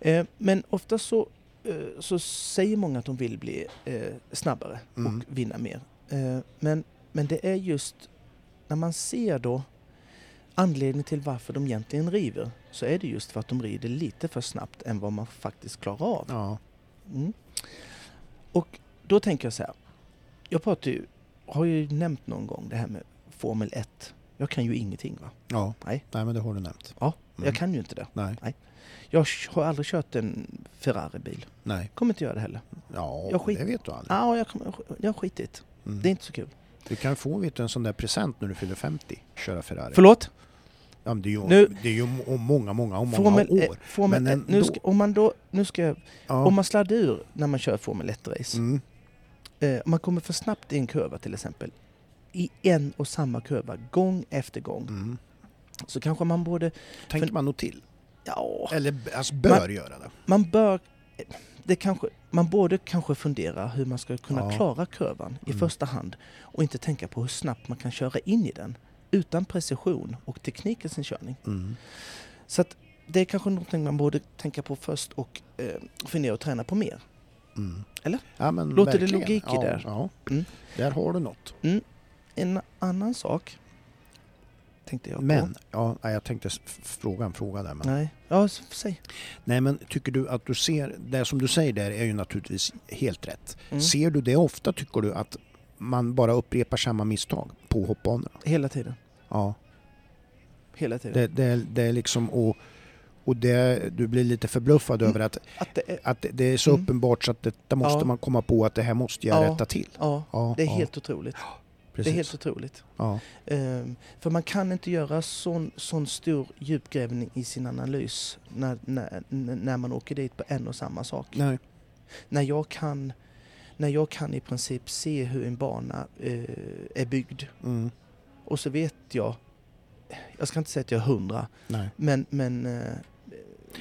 Speaker 1: Eh, men ofta så, eh, så säger många att de vill bli eh, snabbare
Speaker 2: Mm.
Speaker 1: och vinna mer. Eh, men, men det är just när man ser då anledningen till varför de egentligen river så är det just för att de rider lite för snabbt än vad man faktiskt klarar av.
Speaker 2: Ja.
Speaker 1: Mm. Och då tänker jag så här. Jag pratar ju, har ju nämnt någon gång det här med Formel 1. Jag kan ju ingenting va?
Speaker 2: ja.
Speaker 1: Nej.
Speaker 2: Nej, men det har du nämnt.
Speaker 1: Ja,
Speaker 2: Mm.
Speaker 1: jag kan ju inte det.
Speaker 2: Nej.
Speaker 1: Jag har aldrig kört en Ferrari-bil.
Speaker 2: Nej.
Speaker 1: Kommer inte göra det heller.
Speaker 2: Ja,
Speaker 1: Jag skit-
Speaker 2: det vet du aldrig.
Speaker 1: Ja, jag, kommer, jag har skitit.
Speaker 2: Mm.
Speaker 1: Det är inte så kul.
Speaker 2: Du kan få vet du, en sån där present när du fyller 50. Köra Ferrari.
Speaker 1: Förlåt?
Speaker 2: Ja, men det är ju,
Speaker 1: Nu-
Speaker 2: det är ju om- om många, många, om många
Speaker 1: Formel, eh,
Speaker 2: år.
Speaker 1: Formel
Speaker 2: Men
Speaker 1: 1. Nu
Speaker 2: ändå.
Speaker 1: ska, om man då, nu ska jag,
Speaker 2: Ja.
Speaker 1: om man sladdar ur när man kör Formel 1-race.
Speaker 2: Mm.
Speaker 1: Eh, om man kommer för snabbt i en kurva till exempel. I en och samma kurva, gång efter gång.
Speaker 2: Mm.
Speaker 1: Så kanske man borde,
Speaker 2: Tänker
Speaker 1: För-
Speaker 2: man nog till.
Speaker 1: ja,
Speaker 2: Eller b- alltså, bör göra det.
Speaker 1: man bör... Det kanske, man borde kanske fundera hur man ska kunna
Speaker 2: Ja.
Speaker 1: klara kurvan i
Speaker 2: Mm.
Speaker 1: första hand och inte tänka på hur snabbt man kan köra in i den utan precision och teknik i sin körning.
Speaker 2: Mm.
Speaker 1: Så att det är kanske någonting man borde tänka på först och eh, fundera och träna på mer.
Speaker 2: Mm.
Speaker 1: Eller?
Speaker 2: Ja, men
Speaker 1: Låter det
Speaker 2: verkligen.
Speaker 1: logik i
Speaker 2: ja,
Speaker 1: där?
Speaker 2: Ja.
Speaker 1: Mm.
Speaker 2: Där har du något.
Speaker 1: En annan sak tänkte jag på.
Speaker 2: Men, ja, nej, jag tänkte s- f- fråga en fråga där. Men. Nej.
Speaker 1: Nej, ja, s- säg.
Speaker 2: men tycker du att du ser, det som du säger där är ju naturligtvis helt rätt.
Speaker 1: Mm.
Speaker 2: Ser du det ofta tycker du att man bara upprepar samma misstag på hoppbanorna?
Speaker 1: Hela tiden.
Speaker 2: Ja,
Speaker 1: Hela tiden.
Speaker 2: det, det, är- det är liksom och, och det, du blir lite förbluffad
Speaker 1: Mm.
Speaker 2: över att,
Speaker 1: Att det är,
Speaker 2: att det- det är så
Speaker 1: Mm.
Speaker 2: uppenbart så att detta måste
Speaker 1: Ja.
Speaker 2: man komma på att det här måste jag
Speaker 1: Ja.
Speaker 2: rätta till.
Speaker 1: ja,
Speaker 2: Ja,
Speaker 1: det är
Speaker 2: ja,
Speaker 1: helt otroligt. Det
Speaker 2: precis.
Speaker 1: är helt otroligt.
Speaker 2: ja.
Speaker 1: Ehm, För man kan inte göra sån, sån stor djupgrävning i sin analys när, när, när man åker dit på en och samma sak.
Speaker 2: Nej.
Speaker 1: När, jag kan, när jag kan i princip se hur en bana eh, är byggd
Speaker 2: Mm.
Speaker 1: och så vet jag, jag ska inte säga att jag är hundra,
Speaker 2: Nej.
Speaker 1: men, men eh,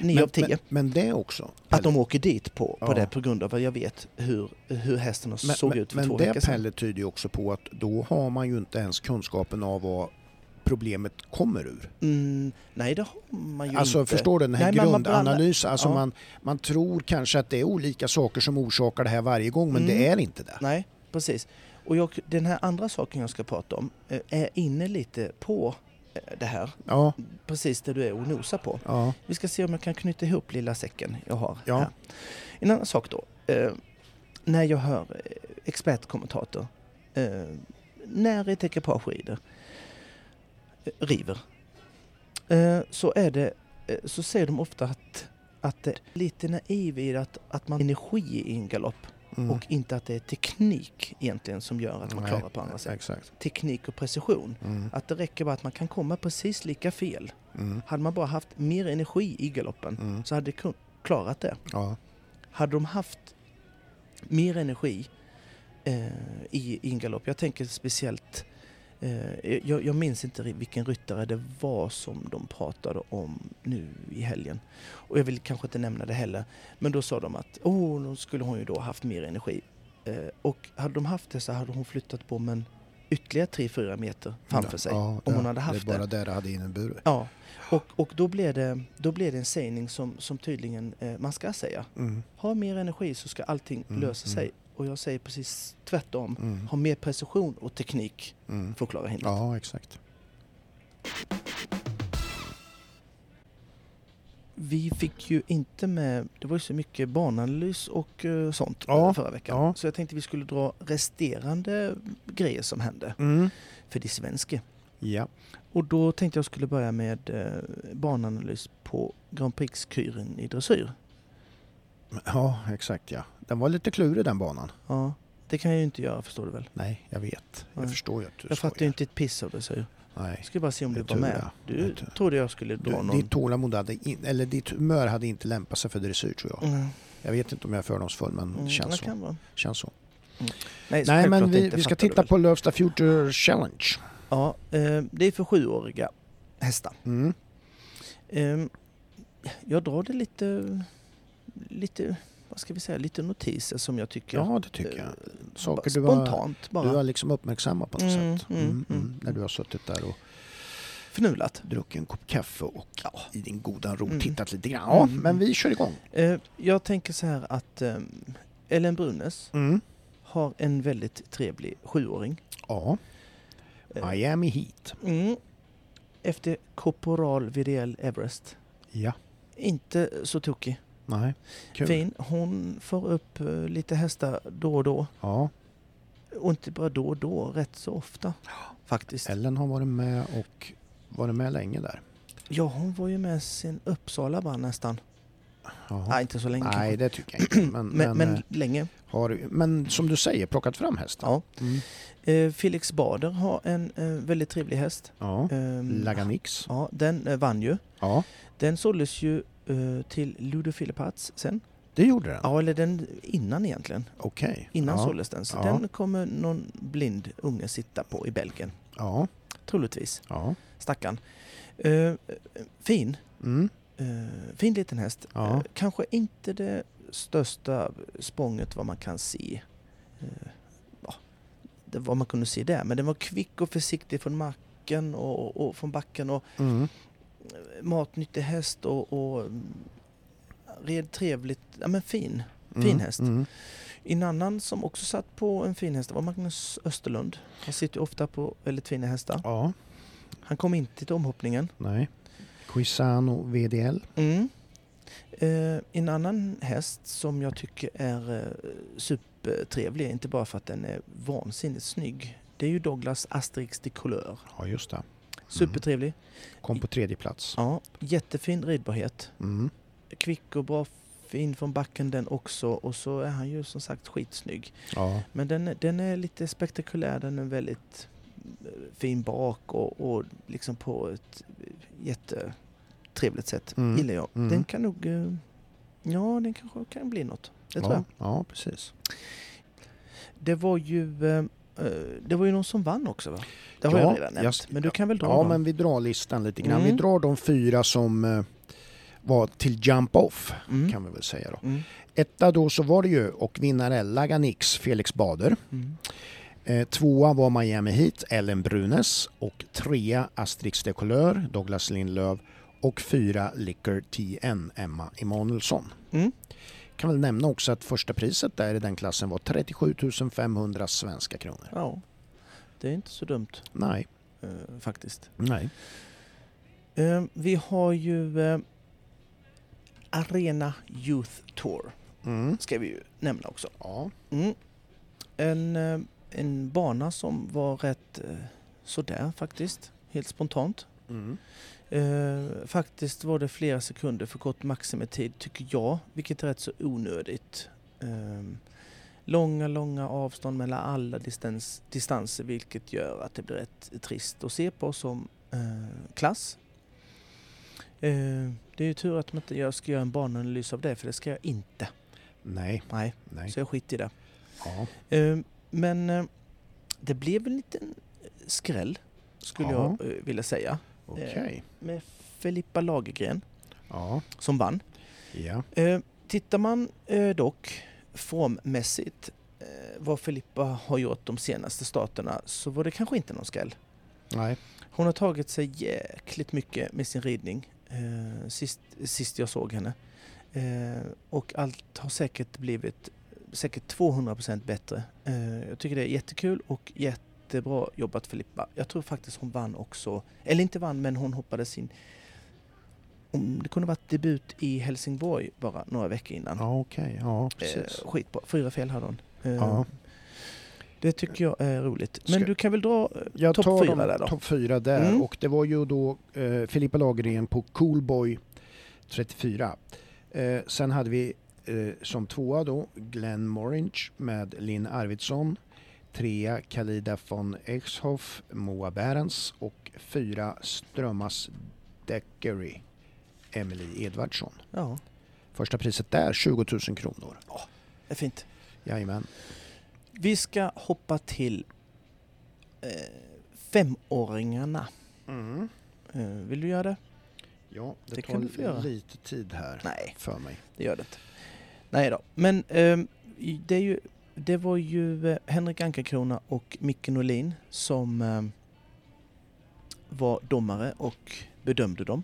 Speaker 1: nio
Speaker 2: Men,
Speaker 1: av tio.
Speaker 2: men, men det också.
Speaker 1: att de åker dit på, på
Speaker 2: Ja.
Speaker 1: det på grund av att jag vet hur, hur hästen har såg ut för
Speaker 2: men
Speaker 1: två
Speaker 2: det
Speaker 1: veckor sedan.
Speaker 2: Pelle tyder ju också på att då har man ju inte ens kunskapen av vad problemet kommer ur.
Speaker 1: Mm, nej, det har man ju
Speaker 2: alltså
Speaker 1: inte.
Speaker 2: förstår du den här
Speaker 1: Nej, men man blandar-
Speaker 2: grundanalysen? Alltså
Speaker 1: Ja.
Speaker 2: man, man tror kanske att det är olika saker som orsakar det här varje gång men
Speaker 1: Mm.
Speaker 2: det är inte det.
Speaker 1: Nej, precis. Och jag, den här andra saken jag ska prata om eh, är inne lite på eh, det här,
Speaker 2: Ja,
Speaker 1: precis det du är och nosar på.
Speaker 2: ja,
Speaker 1: Vi ska se om jag kan knyta ihop lilla säcken jag har
Speaker 2: Ja.
Speaker 1: här. En annan sak då, eh, när jag hör eh, expertkommentator, eh, när ett ekipage rider, eh, river, eh, så är det, eh, så säger de ofta att, att det är lite naiv i att, att man har energi i en galopp.
Speaker 2: Mm.
Speaker 1: och inte att det är teknik egentligen som gör att man
Speaker 2: Nej,
Speaker 1: klarar på andra sätt.
Speaker 2: Exakt.
Speaker 1: Teknik och precision.
Speaker 2: Mm.
Speaker 1: Att det räcker bara att man kan komma precis lika fel.
Speaker 2: Mm.
Speaker 1: Hade man bara haft mer energi i galoppen
Speaker 2: Mm.
Speaker 1: så hade det kun- klarat det.
Speaker 2: Ja.
Speaker 1: Hade de haft mer energi eh, i, i en galopp, jag tänker speciellt eh, jag, jag minns inte ri- vilken ryttare det var som de pratade om nu i helgen. Och jag vill kanske inte nämna det heller. Men då sa de att oh, då skulle hon ju då haft mer energi. Eh, och hade de haft det så hade hon flyttat bommen ytterligare 3-4 meter framför sig.
Speaker 2: Ja,
Speaker 1: om hon
Speaker 2: ja.
Speaker 1: hade haft
Speaker 2: det. är bara det det hade inneburit.
Speaker 1: Ja, och, och då, blev det, då blev det en sägning som, som tydligen eh, man ska säga.
Speaker 2: Mm.
Speaker 1: Ha mer energi så ska allting
Speaker 2: Mm,
Speaker 1: lösa
Speaker 2: mm.
Speaker 1: sig. Och jag säger precis tvärtom.
Speaker 2: Mm.
Speaker 1: Ha mer precision och teknik
Speaker 2: Mm.
Speaker 1: för att klara hindret.
Speaker 2: Ja, exakt.
Speaker 1: Vi fick ju inte med, det var ju så mycket bananalys och eh, sånt
Speaker 2: Ja,
Speaker 1: eh, förra veckan.
Speaker 2: ja.
Speaker 1: Så jag tänkte vi skulle dra resterande grejer som hände
Speaker 2: Mm.
Speaker 1: för de svenska.
Speaker 2: Ja.
Speaker 1: Och då tänkte jag skulle börja med eh, bananalys på Grand Prix-kuren i dressyr.
Speaker 2: ja, exakt ja. Den var lite klurig den banan.
Speaker 1: Ja, det kan jag ju inte göra förstår du väl?
Speaker 2: Nej, jag vet. Jag
Speaker 1: Nej.
Speaker 2: förstår ju att du
Speaker 1: Jag fattar ju
Speaker 2: skojar.
Speaker 1: inte ett piss av det så jag
Speaker 2: Nej.
Speaker 1: ska bara se om
Speaker 2: Det
Speaker 1: du
Speaker 2: är
Speaker 1: var
Speaker 2: tur,
Speaker 1: med.
Speaker 2: ja.
Speaker 1: Du
Speaker 2: Det är tur.
Speaker 1: trodde jag skulle
Speaker 2: Du,
Speaker 1: dra någon...
Speaker 2: Ditt tålamod hade in, eller ditt humör hade inte lämpat sig för dressyr tror jag.
Speaker 1: Mm,
Speaker 2: Jag vet inte om jag är fördomsfull men
Speaker 1: mm,
Speaker 2: det känns,
Speaker 1: det
Speaker 2: så.
Speaker 1: kan vara.
Speaker 2: känns så.
Speaker 1: Nej, så
Speaker 2: Nej
Speaker 1: självklart
Speaker 2: men vi,
Speaker 1: inte,
Speaker 2: vi ska
Speaker 1: fattar du
Speaker 2: titta
Speaker 1: väl.
Speaker 2: på Lövsta Future Challenge.
Speaker 1: Ja, eh, det är för sjuåriga hästar.
Speaker 2: Mm.
Speaker 1: Eh, jag drar det lite... Lite... Vad ska vi säga? Lite notiser som jag tycker...
Speaker 2: Ja det tycker jag.
Speaker 1: eh,
Speaker 2: Saker
Speaker 1: ba-
Speaker 2: du har-
Speaker 1: spontant bara.
Speaker 2: Du har liksom uppmärksammat på något
Speaker 1: Mm,
Speaker 2: sätt.
Speaker 1: mm,
Speaker 2: Mm, mm.
Speaker 1: mm.
Speaker 2: När du har suttit där och
Speaker 1: Fnulat.
Speaker 2: druckit en kopp kaffe och i din goda ro
Speaker 1: Mm.
Speaker 2: tittat lite grann. Ja,
Speaker 1: Mm.
Speaker 2: men vi kör igång.
Speaker 1: Eh, jag tänker så här att eh, Ellen Brunes
Speaker 2: Mm.
Speaker 1: har en väldigt trevlig sjuåring.
Speaker 2: Ja.
Speaker 1: Eh,
Speaker 2: Miami Heat.
Speaker 1: mm, efter Corporal Videl Everest.
Speaker 2: Ja.
Speaker 1: Inte så tokig.
Speaker 2: Nej. Kul.
Speaker 1: Fin. Hon får upp eh, lite hästar då och då.
Speaker 2: Ja.
Speaker 1: Och inte bara då och då, rätt så ofta. Faktiskt.
Speaker 2: Ellen har varit med och varit med länge där.
Speaker 1: Ja, hon var ju med sin Uppsala bara nästan.
Speaker 2: Ja.
Speaker 1: Nej, inte så länge
Speaker 2: Nej,
Speaker 1: kanske.
Speaker 2: det tycker jag inte. Men, men,
Speaker 1: Men, men,
Speaker 2: eh,
Speaker 1: länge.
Speaker 2: har, men som du säger, plockat fram hästen.
Speaker 1: Ja.
Speaker 2: Mm.
Speaker 1: Eh, Felix Bader har en eh, väldigt trevlig häst.
Speaker 2: ja.
Speaker 1: Ehm,
Speaker 2: Laganix.
Speaker 1: Ja, den eh, vann ju.
Speaker 2: Ja,
Speaker 1: Den såldes ju eh, till Ludo Philippats sen.
Speaker 2: det gjorde den.
Speaker 1: Ja, eller den innan egentligen.
Speaker 2: Okej.
Speaker 1: Innan
Speaker 2: ja.
Speaker 1: såldes den. Så
Speaker 2: Ja.
Speaker 1: den kommer någon blind unge sitta på i Belgien.
Speaker 2: Ja.
Speaker 1: Troligtvis.
Speaker 2: Ja.
Speaker 1: Stackarn. Eh, eh, fin.
Speaker 2: Mm.
Speaker 1: Eh, fin liten häst.
Speaker 2: Ja.
Speaker 1: Eh, kanske inte det största språnget vad man kan se. Eh, ja, det, vad man kunde se där. Men den var kvick och försiktig från marken och, och från backen. Och
Speaker 2: Mm.
Speaker 1: eh, matnyttig häst och, och mm, red trevligt. Ja men fin.
Speaker 2: Mm.
Speaker 1: Fin häst.
Speaker 2: Mm.
Speaker 1: En annan som också satt på en fin häst det var Magnus Österlund. Han sitter ju ofta på väldigt fina hästar.
Speaker 2: Ja,
Speaker 1: Han kom inte till omhoppningen.
Speaker 2: nej. Quisano VDL.
Speaker 1: Mm. Eh, en annan häst som jag tycker är eh, supertrevlig, inte bara för att den är vansinnigt snygg, det är ju Douglas Asterix de Couleur.
Speaker 2: Ja, just det. Mm.
Speaker 1: Supertrevlig.
Speaker 2: Kom på tredje plats.
Speaker 1: Ja, jättefin ridbarhet.
Speaker 2: Mm.
Speaker 1: Kvick och bra fin från backen den också och så är han ju som sagt skitsnygg.
Speaker 2: Ja.
Speaker 1: Men den, är- den är lite spektakulär, den är väldigt eh, fin bak och, och liksom på ett jättetrevligt sätt.
Speaker 2: Mm.
Speaker 1: Gillar jag.
Speaker 2: Mm.
Speaker 1: Den kan nog... eh, Ja, den kanske kan bli något. Det tror
Speaker 2: ja.
Speaker 1: jag.
Speaker 2: ja, precis.
Speaker 1: Det var ju... eh, eh, Det var ju någon som vann också va? Det har
Speaker 2: Ja,
Speaker 1: jag redan nämnt.
Speaker 2: jag s-
Speaker 1: men du kan väl dra
Speaker 2: Ja,
Speaker 1: någon?
Speaker 2: men vi drar listan lite grann.
Speaker 1: Mm.
Speaker 2: Vi drar de fyra som eh, var till jump off
Speaker 1: mm.
Speaker 2: kan vi väl säga då.
Speaker 1: Mm.
Speaker 2: Etta då så var det ju och vinnare Laganix Felix Bader.
Speaker 1: Mm.
Speaker 2: Eh, tvåa var Miami Heat Ellen Brunes och trea Asterix de Couleur Douglas Lindlöf och fyra Liquor TN Emma Emanuelsson.
Speaker 1: Mm.
Speaker 2: Kan väl nämna också att första priset där i den klassen var 37 500 svenska kronor.
Speaker 1: Ja. Det är inte så dumt
Speaker 2: Nej,
Speaker 1: eh, faktiskt.
Speaker 2: nej.
Speaker 1: Eh, Vi har ju eh, Arena Youth Tour.
Speaker 2: Mm.
Speaker 1: Ska vi ju nämna också.
Speaker 2: Ja.
Speaker 1: Mm. En, eh, en bana som var rätt eh, sådär faktiskt, helt spontant.
Speaker 2: Mm.
Speaker 1: Eh, faktiskt var det flera sekunder för kort maximitid tycker jag, vilket är rätt så onödigt. Eh, långa, långa avstånd mellan alla distans, distanser vilket gör att det blir rätt trist att se på som eh, klass. Eh, det är ju tur att man inte jag ska göra en bananalys av det, för det ska jag inte.
Speaker 2: Nej,
Speaker 1: Nej,
Speaker 2: nej.
Speaker 1: så jag skiter i det.
Speaker 2: Ja.
Speaker 1: Eh, men eh, det blev en liten eh, skräll, skulle
Speaker 2: Ja.
Speaker 1: jag eh, vilja säga,
Speaker 2: Okej.
Speaker 1: med Filippa Lagergren
Speaker 2: Ja.
Speaker 1: som vann.
Speaker 2: Ja.
Speaker 1: Eh, tittar man eh, dock formmässigt eh, vad Filippa har gjort de senaste starterna så var det kanske inte någon skäll.
Speaker 2: Nej.
Speaker 1: Hon har tagit sig jäkligt mycket med sin ridning eh, sist, sist jag såg henne. Eh, och allt har säkert blivit säkert 200% bättre. Eh, jag tycker det är jättekul och jättebra jobbat Filippa. Jag tror faktiskt hon vann också, eller inte vann men hon hoppade sin om det kunde varit debut i Helsingborg bara några veckor innan.
Speaker 2: Ja, okej. Ja, precis.
Speaker 1: eh, skitbra, fyra fel hade hon. Eh,
Speaker 2: Ja.
Speaker 1: Det tycker jag är roligt. Men
Speaker 2: Ska-
Speaker 1: du kan väl dra eh,
Speaker 2: Jag
Speaker 1: topp
Speaker 2: tar
Speaker 1: fyra
Speaker 2: dem-
Speaker 1: där då?
Speaker 2: Topp fyra där
Speaker 1: Mm.
Speaker 2: och det var ju då eh, Filippa Lagergren på Coolboy 34. Eh, sen hade vi eh, som tvåa då Glenn Morinch med Linn Arvidsson. Trea Kalida von Exhoff, Moa Berens och fyra Strömmas Deckery, Emily Edvardsson.
Speaker 1: Ja,
Speaker 2: Första priset där 20 000 kronor.
Speaker 1: det är fint.
Speaker 2: Jajamän.
Speaker 1: Vi ska hoppa till eh, femåringarna.
Speaker 2: Mm.
Speaker 1: Eh, vill du göra det?
Speaker 2: Ja, det,
Speaker 1: Det kan du få göra.
Speaker 2: tar lite tid här
Speaker 1: Nej,
Speaker 2: för mig.
Speaker 1: det gör det inte. Nej då, men eh, det, är ju, det var ju eh, Henrik Ankarkrona och Micke Norlin som eh, var domare och bedömde dem.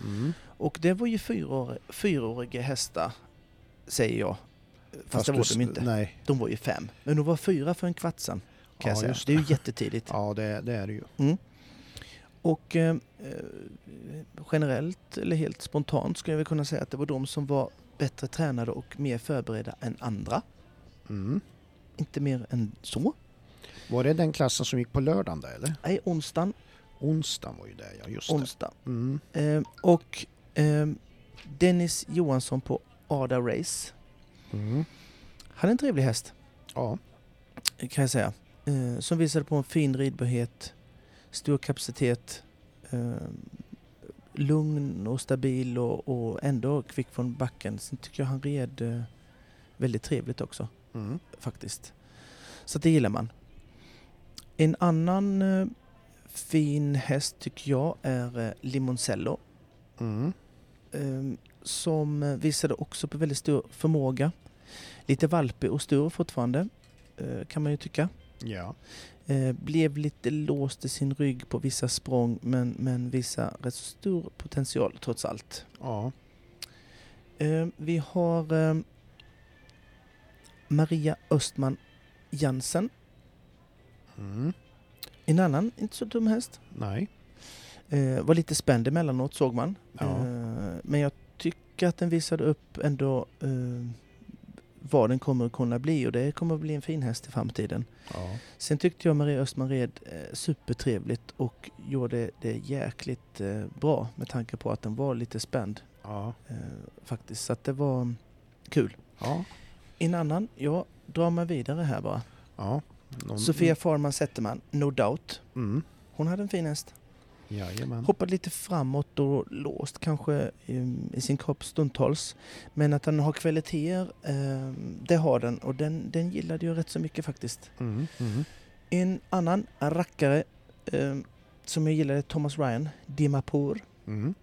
Speaker 2: Mm.
Speaker 1: Och det var ju fyraår, fyraåriga hästar, säger jag. Fast, det var
Speaker 2: du-
Speaker 1: de inte.
Speaker 2: Nej,
Speaker 1: De var ju fem. Men de var fyra för en kvart sedan, kan jag
Speaker 2: Ja,
Speaker 1: säga.
Speaker 2: just
Speaker 1: Det är ju jättetidigt.
Speaker 2: Ja, det, det är det ju.
Speaker 1: Och eh, eh, generellt eller helt spontant skulle jag väl kunna säga att det var de som var bättre tränade och mer förberedda än andra.
Speaker 2: Mm.
Speaker 1: Inte mer än så.
Speaker 2: Var det den klassen som gick på lördagen där eller?
Speaker 1: Nej, onsdagen.
Speaker 2: Onsdagen var ju det ja, just
Speaker 1: onsdag.
Speaker 2: det. Mm.
Speaker 1: Eh, och eh, Dennis Johansson på Ada Race.
Speaker 2: Mm.
Speaker 1: Han är en trevlig häst
Speaker 2: Ja,
Speaker 1: kan jag säga. Eh, som visade på en fin ridbarhet, stor kapacitet, eh, lugn och stabil och, och ändå kvick från backen. Sen tycker jag han red eh, väldigt trevligt också.
Speaker 2: mm.
Speaker 1: faktiskt. Så att det gillar man. En annan eh, fin häst tycker jag är eh, Limoncello.
Speaker 2: Mm.
Speaker 1: Eh, som eh, visade också på väldigt stor förmåga. Lite valpig och stor fortfarande. Eh, kan man ju tycka.
Speaker 2: ja.
Speaker 1: Eh, blev lite låst i sin rygg på vissa språng men, men visar rätt så stor potential trots allt.
Speaker 2: ja.
Speaker 1: Eh, vi har eh, Maria Östman Jansen.
Speaker 2: Mm.
Speaker 1: En annan inte så dum häst.
Speaker 2: Nej.
Speaker 1: Eh, var lite spänd emellanåt såg man.
Speaker 2: Ja.
Speaker 1: Eh, men jag tycker att den visade upp ändå eh, vad den kommer att kunna bli och det kommer att bli en fin häst i framtiden.
Speaker 2: Ja.
Speaker 1: Sen tyckte jag Maria Östman red eh, supertrevligt och gjorde det jäkligt eh, bra med tanke på att den var lite spänd
Speaker 2: Ja.
Speaker 1: eh, faktiskt. Så att det var mm, kul.
Speaker 2: Ja.
Speaker 1: En annan, jag drar mig vidare här bara.
Speaker 2: ja. Någon...
Speaker 1: Sofia Farman Zetterman, No Doubt.
Speaker 2: Mm.
Speaker 1: Hon hade en fin häst.
Speaker 2: Jajamän.
Speaker 1: Hoppade lite framåt och låst kanske ehm, i sin kropp stundtals. Men att den har kvaliteter, ehm, det har den och den, den gillade jag rätt så mycket faktiskt.
Speaker 2: Mm. Mm.
Speaker 1: En annan rackare ehm, som jag gillade, Thomas Ryan, Dimapur
Speaker 2: Mm.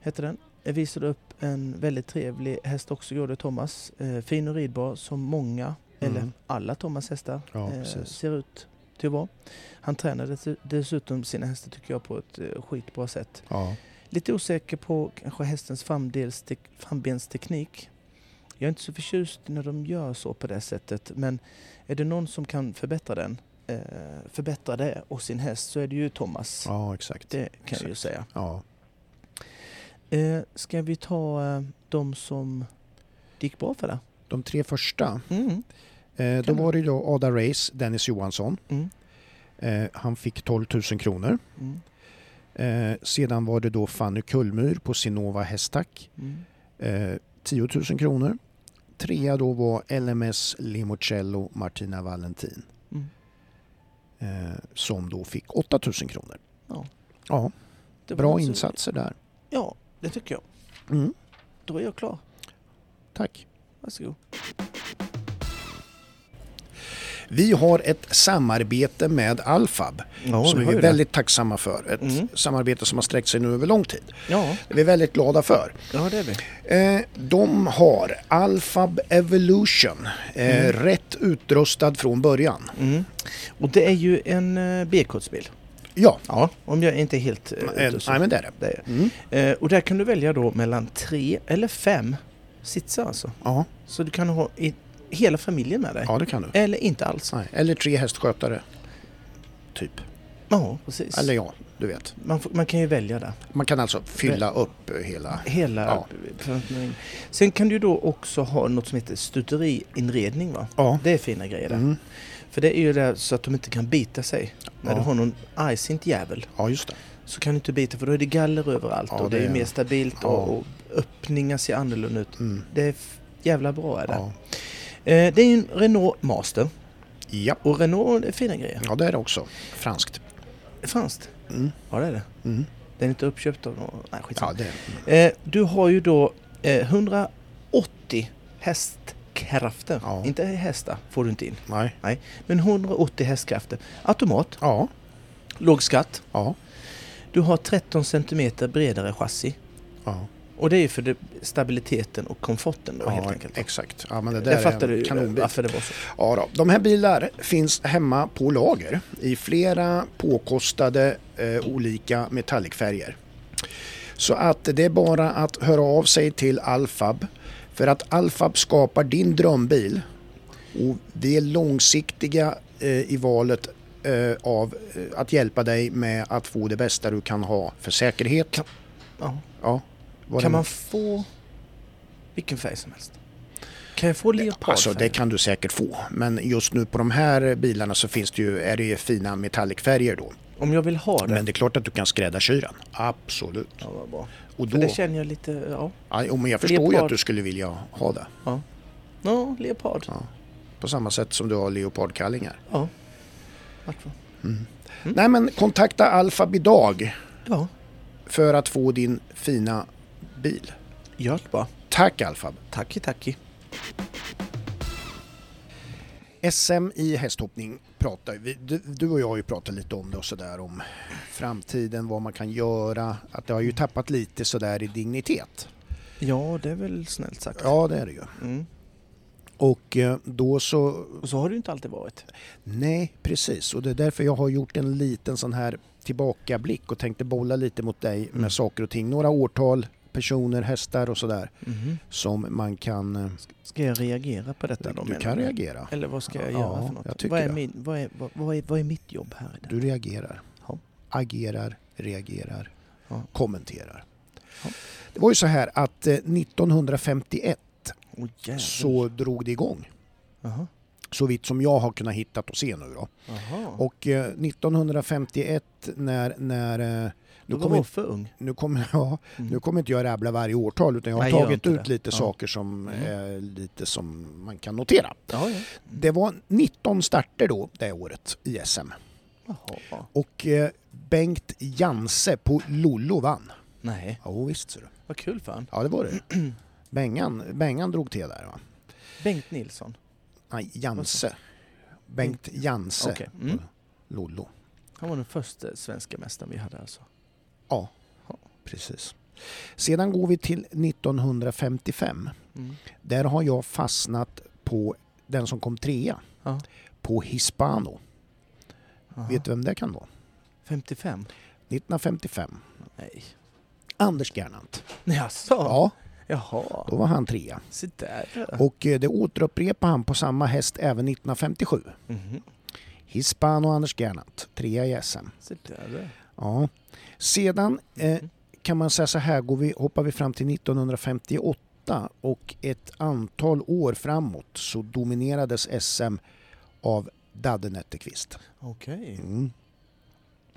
Speaker 1: heter den. Jag visade upp en väldigt trevlig häst också, gjorde Thomas. Eh, fin och ridbar som många,
Speaker 2: Mm.
Speaker 1: eller alla Thomas hästar eh,
Speaker 2: Ja, precis.
Speaker 1: ser ut till att vara. Han tränade dess- dessutom sina hästar tycker jag på ett eh, skitbra sätt.
Speaker 2: Ja.
Speaker 1: Lite osäker på kanske hästens framdelstek- frambensteknik. Jag är inte så förtjust när de gör så på det sättet men är det någon som kan förbättra den, eh, förbättra det och sin häst så är det ju Thomas.
Speaker 2: Ja, exakt.
Speaker 1: Det kan jag ju
Speaker 2: exakt.
Speaker 1: säga.
Speaker 2: Ja.
Speaker 1: Eh, ska vi ta eh, de som det gick bra för det?
Speaker 2: De tre första,
Speaker 1: Mm.
Speaker 2: eh, då
Speaker 1: Kan du?
Speaker 2: var det då Ada Race, Dennis Johansson.
Speaker 1: Mm.
Speaker 2: Eh, han fick 12 000 kronor.
Speaker 1: Mm.
Speaker 2: Eh, sedan var det då Fanny Kullmyr på Sinova Hästack.
Speaker 1: Mm.
Speaker 2: Eh, 10 000 kronor. Trea då var LMS Limocello Martina Valentin
Speaker 1: Mm.
Speaker 2: eh, som då fick 8000 kronor.
Speaker 1: Ja.
Speaker 2: Ja,
Speaker 1: Det var
Speaker 2: bra
Speaker 1: alltså-
Speaker 2: insatser där.
Speaker 1: Ja, det tycker jag.
Speaker 2: Mm,
Speaker 1: Då är jag klar.
Speaker 2: tack.
Speaker 1: Varsågod.
Speaker 2: Vi har ett samarbete med Alfab
Speaker 1: Ja, vi
Speaker 2: som vi
Speaker 1: har
Speaker 2: är
Speaker 1: ju
Speaker 2: väldigt tacksamma för. Ett
Speaker 1: Mm.
Speaker 2: samarbete som har sträckt sig nu över lång tid.
Speaker 1: det. Ja,
Speaker 2: Det är vi väldigt glada för.
Speaker 1: ja, det är vi.
Speaker 2: Eh, de har Alphab Evolution, eh, rätt utrustad från början.
Speaker 1: Mm. Och det är ju en eh, B-kortsbil.
Speaker 2: Ja,
Speaker 1: Ja. Om jag inte är helt eh,
Speaker 2: eh,
Speaker 1: ute och
Speaker 2: nej
Speaker 1: cyklar.
Speaker 2: men det är det.
Speaker 1: det är.
Speaker 2: Mm.
Speaker 1: Eh, Och där kan du välja då mellan tre eller fem sitsar alltså.
Speaker 2: Ja,
Speaker 1: Så du kan ha i, hela familjen med dig.
Speaker 2: ja, det kan du.
Speaker 1: Eller inte alls.
Speaker 2: Nej. Eller tre hästskötare, typ.
Speaker 1: Ja, precis.
Speaker 2: Eller ja, du vet.
Speaker 1: Man, får, man kan ju välja där.
Speaker 2: Man kan alltså fylla upp eh, hela...
Speaker 1: Hela...
Speaker 2: Ja.
Speaker 1: Sen kan du då också ha något som heter stuteriinredning va?
Speaker 2: Ja.
Speaker 1: Det är fina grejer där.
Speaker 2: Mm.
Speaker 1: För det är ju där så att de inte kan bita sig. När
Speaker 2: Ja.
Speaker 1: du har någon argsint jävel
Speaker 2: ja, just det.
Speaker 1: så kan du inte bita för då är det galler överallt
Speaker 2: Ja,
Speaker 1: och det
Speaker 2: det
Speaker 1: är ju
Speaker 2: är-
Speaker 1: mer stabilt
Speaker 2: Ja.
Speaker 1: och, och öppningar ser annorlunda ut.
Speaker 2: Mm.
Speaker 1: Det är f- jävla bra är det.
Speaker 2: Ja.
Speaker 1: Eh, det är ju en Renault Master
Speaker 2: Ja.
Speaker 1: och Renault är fina grejer.
Speaker 2: ja, det är det också. Franskt.
Speaker 1: Franskt?
Speaker 2: Mm.
Speaker 1: Ja det är det.
Speaker 2: Mm.
Speaker 1: Den är inte uppköpt av någon. Nej
Speaker 2: Ja,
Speaker 1: skitsamma.
Speaker 2: det är det.
Speaker 1: Eh, du har ju då eh, 180 hästkrafter.
Speaker 2: Ja.
Speaker 1: Inte hästar får du inte in.
Speaker 2: Nej.
Speaker 1: Nej, men 180 hästkrafter. Automat,
Speaker 2: Ja,
Speaker 1: låg skatt.
Speaker 2: ja,
Speaker 1: Du har 13 cm bredare chassi.
Speaker 2: ja.
Speaker 1: Och det är ju för det, stabiliteten och komforten då helt
Speaker 2: ja
Speaker 1: enkelt.
Speaker 2: exakt. Ja, men det där
Speaker 1: Där
Speaker 2: är
Speaker 1: fattar
Speaker 2: en
Speaker 1: du
Speaker 2: kanonbil.
Speaker 1: varför det var så.
Speaker 2: Ja, då. De här bilarna finns hemma på lager i flera påkostade eh, olika metallicfärger. Så att det är bara att höra av sig till Alfab för att Alfab skapar din drömbil och vi är långsiktiga eh, i valet eh, av eh, att hjälpa dig med att få det bästa du kan ha för säkerhet.
Speaker 1: Ja.
Speaker 2: ja, vad
Speaker 1: Kan
Speaker 2: det-
Speaker 1: man få vilken färg som helst? Kan jag få leopardfärg?
Speaker 2: Alltså det kan du säkert få, men just nu på de här bilarna så finns det ju, är det ju fina metallicfärger då.
Speaker 1: Om jag vill ha det?
Speaker 2: Men det är klart att du kan skräddarsy den. Absolut.
Speaker 1: Ja, vad bra.
Speaker 2: Och
Speaker 1: För
Speaker 2: då,
Speaker 1: det känner jag lite, ja.
Speaker 2: ja, jo, men jag förstår ju
Speaker 1: Leopard.
Speaker 2: att du skulle vilja ha det.
Speaker 1: Ja, ja leopard. Ja.
Speaker 2: På samma sätt som du har leopardkallingar.
Speaker 1: Vart var- Mm.
Speaker 2: Nej men kontakta Alfab idag
Speaker 1: Ja,
Speaker 2: för att få din fina bil.
Speaker 1: gör det bara.
Speaker 2: Tack Alfab!
Speaker 1: Tacki, tacki.
Speaker 2: SM i hästhoppning pratar vi, du, du och jag har ju pratat lite om det och sådär om framtiden, vad man kan göra. Att det har ju tappat lite sådär i dignitet.
Speaker 1: Ja, det är väl snällt sagt.
Speaker 2: Ja det är det ju.
Speaker 1: Mm.
Speaker 2: Och eh, då så
Speaker 1: Och så har det ju inte alltid varit.
Speaker 2: Nej, precis. Och det är därför jag har gjort en liten sån här tillbakablick och tänkte bolla lite mot dig med
Speaker 1: Mm.
Speaker 2: saker och ting. Några årtal, personer, hästar och sådär
Speaker 1: Mhm.
Speaker 2: som man kan... eh,
Speaker 1: Ska jag reagera på detta då?
Speaker 2: Du
Speaker 1: menar
Speaker 2: kan reagera.
Speaker 1: Eller vad ska jag
Speaker 2: Ja,
Speaker 1: göra för något?
Speaker 2: jag tycker
Speaker 1: vad, är
Speaker 2: det.
Speaker 1: min, vad, är, vad, vad, är, vad är mitt jobb här? idag?
Speaker 2: Du reagerar.
Speaker 1: Ja.
Speaker 2: Agerar, reagerar,
Speaker 1: Ja.
Speaker 2: kommenterar.
Speaker 1: Ja.
Speaker 2: Det var ju så här att eh, 1951
Speaker 1: Åh, jävlar.
Speaker 2: så drog det igång.
Speaker 1: Jaha.
Speaker 2: Så vitt som jag har kunnat hitta och se nu då.
Speaker 1: Jaha.
Speaker 2: Och eh, 1951 när... när eh,
Speaker 1: Då
Speaker 2: nu
Speaker 1: var
Speaker 2: kommer
Speaker 1: jag för ung.
Speaker 2: Nu kommer jag,
Speaker 1: Mm.
Speaker 2: nu kommer inte jag rabbla varje årtal utan jag har
Speaker 1: Nej, gör
Speaker 2: tagit
Speaker 1: inte
Speaker 2: ut
Speaker 1: det.
Speaker 2: lite
Speaker 1: Ja.
Speaker 2: saker som
Speaker 1: Mm.
Speaker 2: är lite som man kan notera.
Speaker 1: Ja, ja.
Speaker 2: Det var 19 starter då det året i SM
Speaker 1: Jaha.
Speaker 2: och eh, Bengt Janse på Lollo vann.
Speaker 1: Nej,
Speaker 2: Ja visst ser du.
Speaker 1: vad kul fan.
Speaker 2: Ja det var det. Bengan, Bengan drog till där va?
Speaker 1: Bengt Nilsson.
Speaker 2: Nej, Janse. Bengt Janse
Speaker 1: Okej. Mm.
Speaker 2: Lollo.
Speaker 1: Han var den första svenska mästaren vi hade alltså.
Speaker 2: Ja,
Speaker 1: Ja.
Speaker 2: precis. Sedan går vi till 1955.
Speaker 1: Mm.
Speaker 2: Där har jag fastnat på den som kom trea,
Speaker 1: Ja.
Speaker 2: på Hispano.
Speaker 1: Jaha.
Speaker 2: Vet du vem det kan vara?
Speaker 1: 55?
Speaker 2: 1955.
Speaker 1: Nej.
Speaker 2: Anders Gernandt.
Speaker 1: Nej, alltså.
Speaker 2: Ja,
Speaker 1: Jaha,
Speaker 2: då var han trea.
Speaker 1: se där.
Speaker 2: Och eh, det återupprepade han på samma häst även 1957.
Speaker 1: Mhm.
Speaker 2: Hispano Anders Gernandt, trea i SM.
Speaker 1: Se där.
Speaker 2: Ja. Sedan eh,
Speaker 1: Mhm.
Speaker 2: kan man säga så här, går vi, hoppar vi fram till 1958 och ett antal år framåt så dominerades SM av Dadde Netterqvist.
Speaker 1: Okej.
Speaker 2: Mm.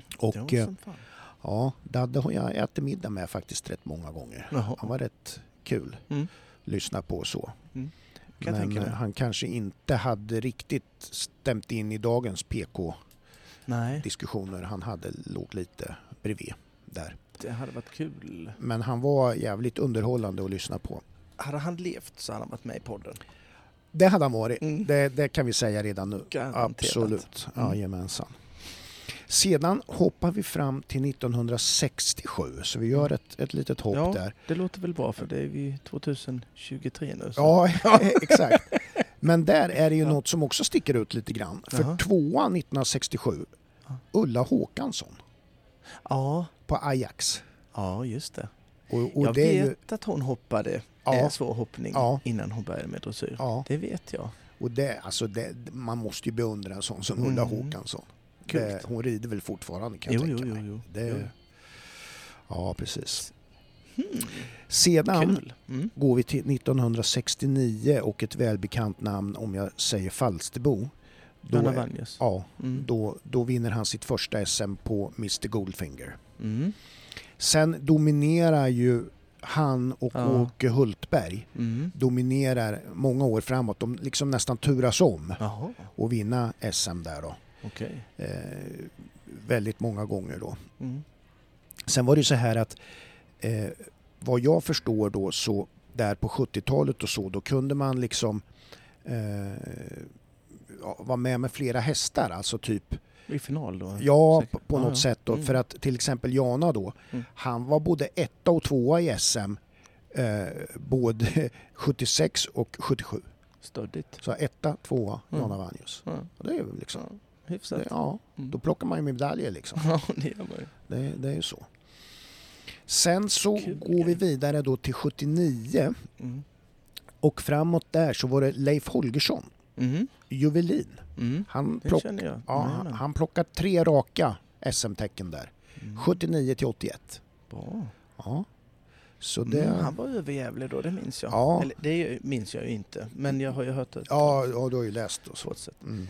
Speaker 1: Det
Speaker 2: Och
Speaker 1: var
Speaker 2: eh,
Speaker 1: som fan.
Speaker 2: ja, Dadde har jag ätit middag med faktiskt rätt många gånger.
Speaker 1: Jaha.
Speaker 2: Han var rätt kul
Speaker 1: Mm.
Speaker 2: lyssna på och så.
Speaker 1: Mm. kan jag tänka
Speaker 2: Men eh,
Speaker 1: mig.
Speaker 2: han kanske inte hade riktigt stämt in i dagens PK-diskussioner.
Speaker 1: Nej,
Speaker 2: Han hade låg lite bredvid där.
Speaker 1: det hade varit kul.
Speaker 2: Men han var jävligt underhållande att lyssna på.
Speaker 1: Hade han levt så hade han varit med i podden.
Speaker 2: Det hade han varit.
Speaker 1: Mm.
Speaker 2: Det, det kan vi säga redan nu.
Speaker 1: Garanterat.
Speaker 2: Absolut.
Speaker 1: Mm.
Speaker 2: Jajamensan. Sedan hoppar vi fram till 1967, så vi gör ett, ett litet hopp
Speaker 1: Mm. Ja.
Speaker 2: där.
Speaker 1: Det låter väl bra för det är ju 2023 nu. Så.
Speaker 2: Ja, exakt. Men där är det ju
Speaker 1: Ja.
Speaker 2: något som också sticker ut lite grann. För
Speaker 1: Jaha.
Speaker 2: tvåan 1967,
Speaker 1: Ja.
Speaker 2: Ulla Håkansson
Speaker 1: ja.
Speaker 2: på Ajax.
Speaker 1: Ja, just det.
Speaker 2: Och, och
Speaker 1: jag
Speaker 2: det är
Speaker 1: vet
Speaker 2: ju,
Speaker 1: att hon hoppade
Speaker 2: Ja.
Speaker 1: ja. svår hoppning
Speaker 2: Ja.
Speaker 1: innan hon började med dressyr.
Speaker 2: ja,
Speaker 1: Det vet jag.
Speaker 2: och det, alltså det, man måste ju beundra en sån som Ulla
Speaker 1: Mm.
Speaker 2: Håkansson.
Speaker 1: Kul.
Speaker 2: Det, hon rider väl fortfarande kan
Speaker 1: Jo,
Speaker 2: jag tänka
Speaker 1: jo,
Speaker 2: mig.
Speaker 1: jo, jo.
Speaker 2: Det,
Speaker 1: Jo.
Speaker 2: Ja, precis.
Speaker 1: Hmm,
Speaker 2: Sedan
Speaker 1: Kul. Mm.
Speaker 2: går vi till 1969 och ett välbekant namn om jag säger Falsterbo. Då,
Speaker 1: Anna
Speaker 2: är,
Speaker 1: Vanjes.
Speaker 2: ja,
Speaker 1: Mm.
Speaker 2: då, då vinner han sitt första SM på Mr Goldfinger.
Speaker 1: Mm.
Speaker 2: Sen dominerar ju han och
Speaker 1: Ja.
Speaker 2: Åke Hultberg
Speaker 1: Mm.
Speaker 2: dominerar många år framåt. De liksom nästan turas om
Speaker 1: Jaha,
Speaker 2: och vinna SM där då.
Speaker 1: okej.
Speaker 2: Eh, väldigt många gånger då.
Speaker 1: Mm.
Speaker 2: Sen var det ju så här att eh, vad jag förstår då så där på 70-talet och så då kunde man liksom eh, ja, vara med med flera hästar, alltså typ
Speaker 1: I final då?
Speaker 2: ja
Speaker 1: säkert.
Speaker 2: på, på
Speaker 1: Ja,
Speaker 2: något
Speaker 1: ja.
Speaker 2: sätt då.
Speaker 1: Mm.
Speaker 2: För att till exempel Jana då,
Speaker 1: Mm.
Speaker 2: han var både etta och tvåa i SM eh, både 76 och 77.
Speaker 1: Stöddigt.
Speaker 2: Så etta, tvåa,
Speaker 1: Mm.
Speaker 2: Jana Vanjus.
Speaker 1: Ja.
Speaker 2: Och Det är ju liksom,
Speaker 1: Ja,
Speaker 2: det,
Speaker 1: hyfsat.
Speaker 2: ja,
Speaker 1: Mm.
Speaker 2: då plockar man ju medaljer liksom.
Speaker 1: Ja, det gör man ju.
Speaker 2: Det, det är ju så. Sen så
Speaker 1: Kul.
Speaker 2: går vi vidare då till 79
Speaker 1: Mm.
Speaker 2: och framåt där så var det Leif Holgersson,
Speaker 1: Mm.
Speaker 2: Juvelin.
Speaker 1: Mm.
Speaker 2: Han,
Speaker 1: Det
Speaker 2: plock,
Speaker 1: känner jag.
Speaker 2: ja, han,
Speaker 1: Jajamän.
Speaker 2: han plockar tre raka SM-tecken där,
Speaker 1: Mm.
Speaker 2: 79 till 81.
Speaker 1: Bra.
Speaker 2: Ja. Så det,
Speaker 1: Mm, han var överjävlig då, det minns jag.
Speaker 2: Ja.
Speaker 1: Eller, det är ju- minns jag ju inte, men jag har ju hört det.
Speaker 2: ja, ja, du har ju läst och så.
Speaker 1: Så sätt.
Speaker 2: Mm.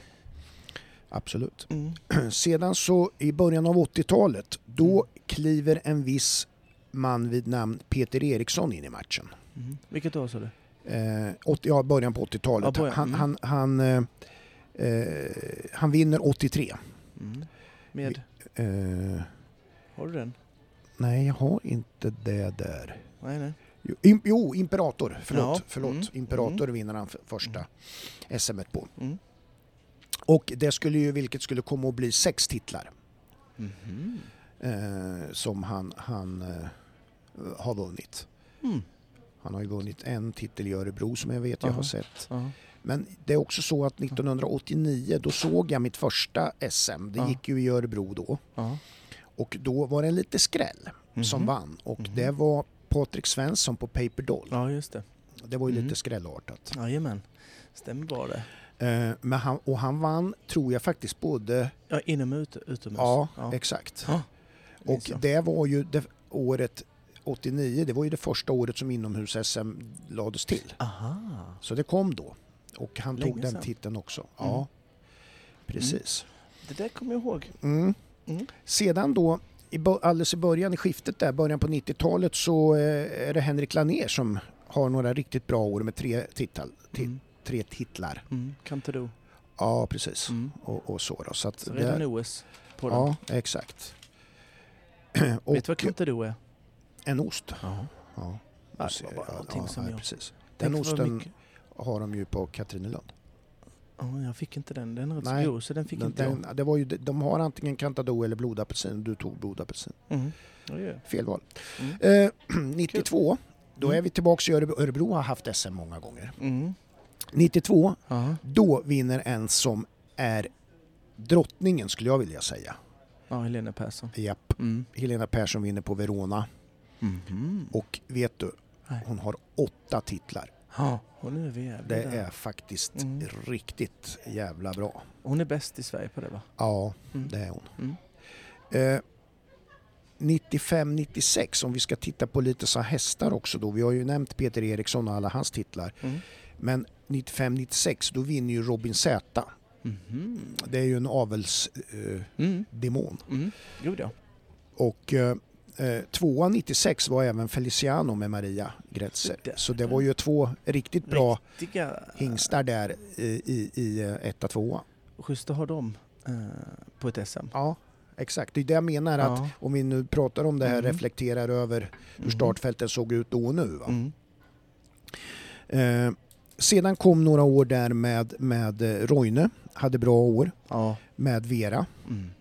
Speaker 2: Absolut.
Speaker 1: Mm.
Speaker 2: Sedan så i början av 80-talet, då
Speaker 1: Mm.
Speaker 2: kliver en viss man vid namn Peter Eriksson in i matchen.
Speaker 1: Mm. Vilket år sa du?
Speaker 2: Eh, 80, ja, början på 80-talet.
Speaker 1: Ja, början,
Speaker 2: Han,
Speaker 1: mm.
Speaker 2: han, han, eh, eh, han vinner 83.
Speaker 1: Mm. Med,
Speaker 2: Eh,
Speaker 1: har du den?
Speaker 2: nej, jag har inte det där.
Speaker 1: Nej, nej.
Speaker 2: Jo, im, jo Imperator. Förlåt.
Speaker 1: Ja,
Speaker 2: förlåt.
Speaker 1: mm,
Speaker 2: Imperator vinner han f- första SM et på.
Speaker 1: Mm.
Speaker 2: Och det skulle ju, vilket skulle komma att bli sex titlar Mm-hmm.
Speaker 1: Mhm.
Speaker 2: eh, som han, han eh, har vunnit.
Speaker 1: Mm.
Speaker 2: Han har ju vunnit en titel i Örebro som jag vet jag
Speaker 1: Aha.
Speaker 2: har sett.
Speaker 1: Ja.
Speaker 2: Men det är också så att 1989 då såg jag mitt första SM. Det
Speaker 1: Ja.
Speaker 2: gick ju i Örebro då.
Speaker 1: Ja.
Speaker 2: Och då var det en lite skräll som
Speaker 1: Mhm.
Speaker 2: vann och
Speaker 1: Mhm.
Speaker 2: det var Patrik Svensson på Paper Doll.
Speaker 1: Ja, just det.
Speaker 2: Det var ju
Speaker 1: Mhm.
Speaker 2: lite skrällartat.
Speaker 1: Jajamän. Stämmer bra det.
Speaker 2: Eh, men han, och han vann, tror jag faktiskt, både...
Speaker 1: Ja, inom och ut, utomhus.
Speaker 2: Ja,
Speaker 1: ja.
Speaker 2: exakt.
Speaker 1: Ja,
Speaker 2: Och
Speaker 1: minns jag.
Speaker 2: det var ju det, året 89, det var ju det första året som inomhus-SM lades till.
Speaker 1: Aha.
Speaker 2: Så det kom då. Och han
Speaker 1: Länge
Speaker 2: tog den
Speaker 1: sedan.
Speaker 2: titeln också. Ja,
Speaker 1: Mm.
Speaker 2: precis.
Speaker 1: Det där kommer jag ihåg.
Speaker 2: Mm.
Speaker 1: Mm.
Speaker 2: Sedan då, i, bo- alldeles i början i skiftet där, början på 90-talet så eh, är det Henrik Lanér som har några riktigt bra år med tre, titel, ti,
Speaker 1: Mm.
Speaker 2: tre titlar.
Speaker 1: Mm. Kan inte du?
Speaker 2: Ja, precis.
Speaker 1: Mm.
Speaker 2: Och, och så då. Så att
Speaker 1: Så
Speaker 2: det-
Speaker 1: redan OS på den.
Speaker 2: Ja, exakt. och
Speaker 1: Vet du vad Kante du är?
Speaker 2: en ost.
Speaker 1: Ja.
Speaker 2: Ja,
Speaker 1: Ja,
Speaker 2: ser-
Speaker 1: Det var bara någonting som
Speaker 2: nej,
Speaker 1: jag...
Speaker 2: precis.
Speaker 1: Tänk
Speaker 2: Den
Speaker 1: vad
Speaker 2: osten
Speaker 1: mycket-
Speaker 2: har de ju på Katrinelund.
Speaker 1: Ja, jag fick inte den. Den är rätt så
Speaker 2: Nej,
Speaker 1: god, så den fick
Speaker 2: Den,
Speaker 1: inte
Speaker 2: den, det var ju, de har antingen Cantador eller blodapelsin. Du tog blodapelsin.
Speaker 1: jag. Mm. Ja, det gör jag.
Speaker 2: Fel val.
Speaker 1: Mm.
Speaker 2: Eh, 92, då
Speaker 1: Mm.
Speaker 2: är vi tillbaka i Örebro. Örebro har haft SM många gånger.
Speaker 1: Mm.
Speaker 2: 92,
Speaker 1: Ja.
Speaker 2: då vinner en som är drottningen skulle jag vilja säga.
Speaker 1: ja, Helena Persson.
Speaker 2: Japp.
Speaker 1: Mm.
Speaker 2: Helena Persson vinner på Verona
Speaker 1: Mhm.
Speaker 2: och vet du,
Speaker 1: Nej.
Speaker 2: hon har åtta titlar.
Speaker 1: Ja, hon är överjävlig
Speaker 2: Det
Speaker 1: där.
Speaker 2: är faktiskt
Speaker 1: Mm.
Speaker 2: riktigt jävla bra.
Speaker 1: Hon är bäst i Sverige på det va?
Speaker 2: Ja,
Speaker 1: Mm.
Speaker 2: det är hon.
Speaker 1: Mm.
Speaker 2: Eh, 95-96, om vi ska titta på lite så här hästar också då. Vi har ju nämnt Peter Eriksson och alla hans titlar.
Speaker 1: Mm.
Speaker 2: Men 95-96, då vinner ju Robin Zäta.
Speaker 1: Mhm.
Speaker 2: Det är ju en avelsdemon. Eh,
Speaker 1: Mm.
Speaker 2: demon.
Speaker 1: Mm. Jo då.
Speaker 2: och eh, Eh, tvåan 96 var även Feliciano med Maria Gretzer. Så det var ju två riktigt bra
Speaker 1: Riktiga
Speaker 2: hingstar där i, i, i eh, etta, tvåa.
Speaker 1: Schysst att ha dem eh, på ett SM.
Speaker 2: Ja, exakt. Det är det jag menar att
Speaker 1: Ja.
Speaker 2: om vi nu pratar om det här,
Speaker 1: Mm.
Speaker 2: reflekterar över hur
Speaker 1: Mm.
Speaker 2: startfältet såg ut då och nu. Va?
Speaker 1: Mm.
Speaker 2: Eh, sedan kom några år där med, med eh, Roine, hade bra år,
Speaker 1: Ja. med
Speaker 2: med Vera.
Speaker 1: Mm.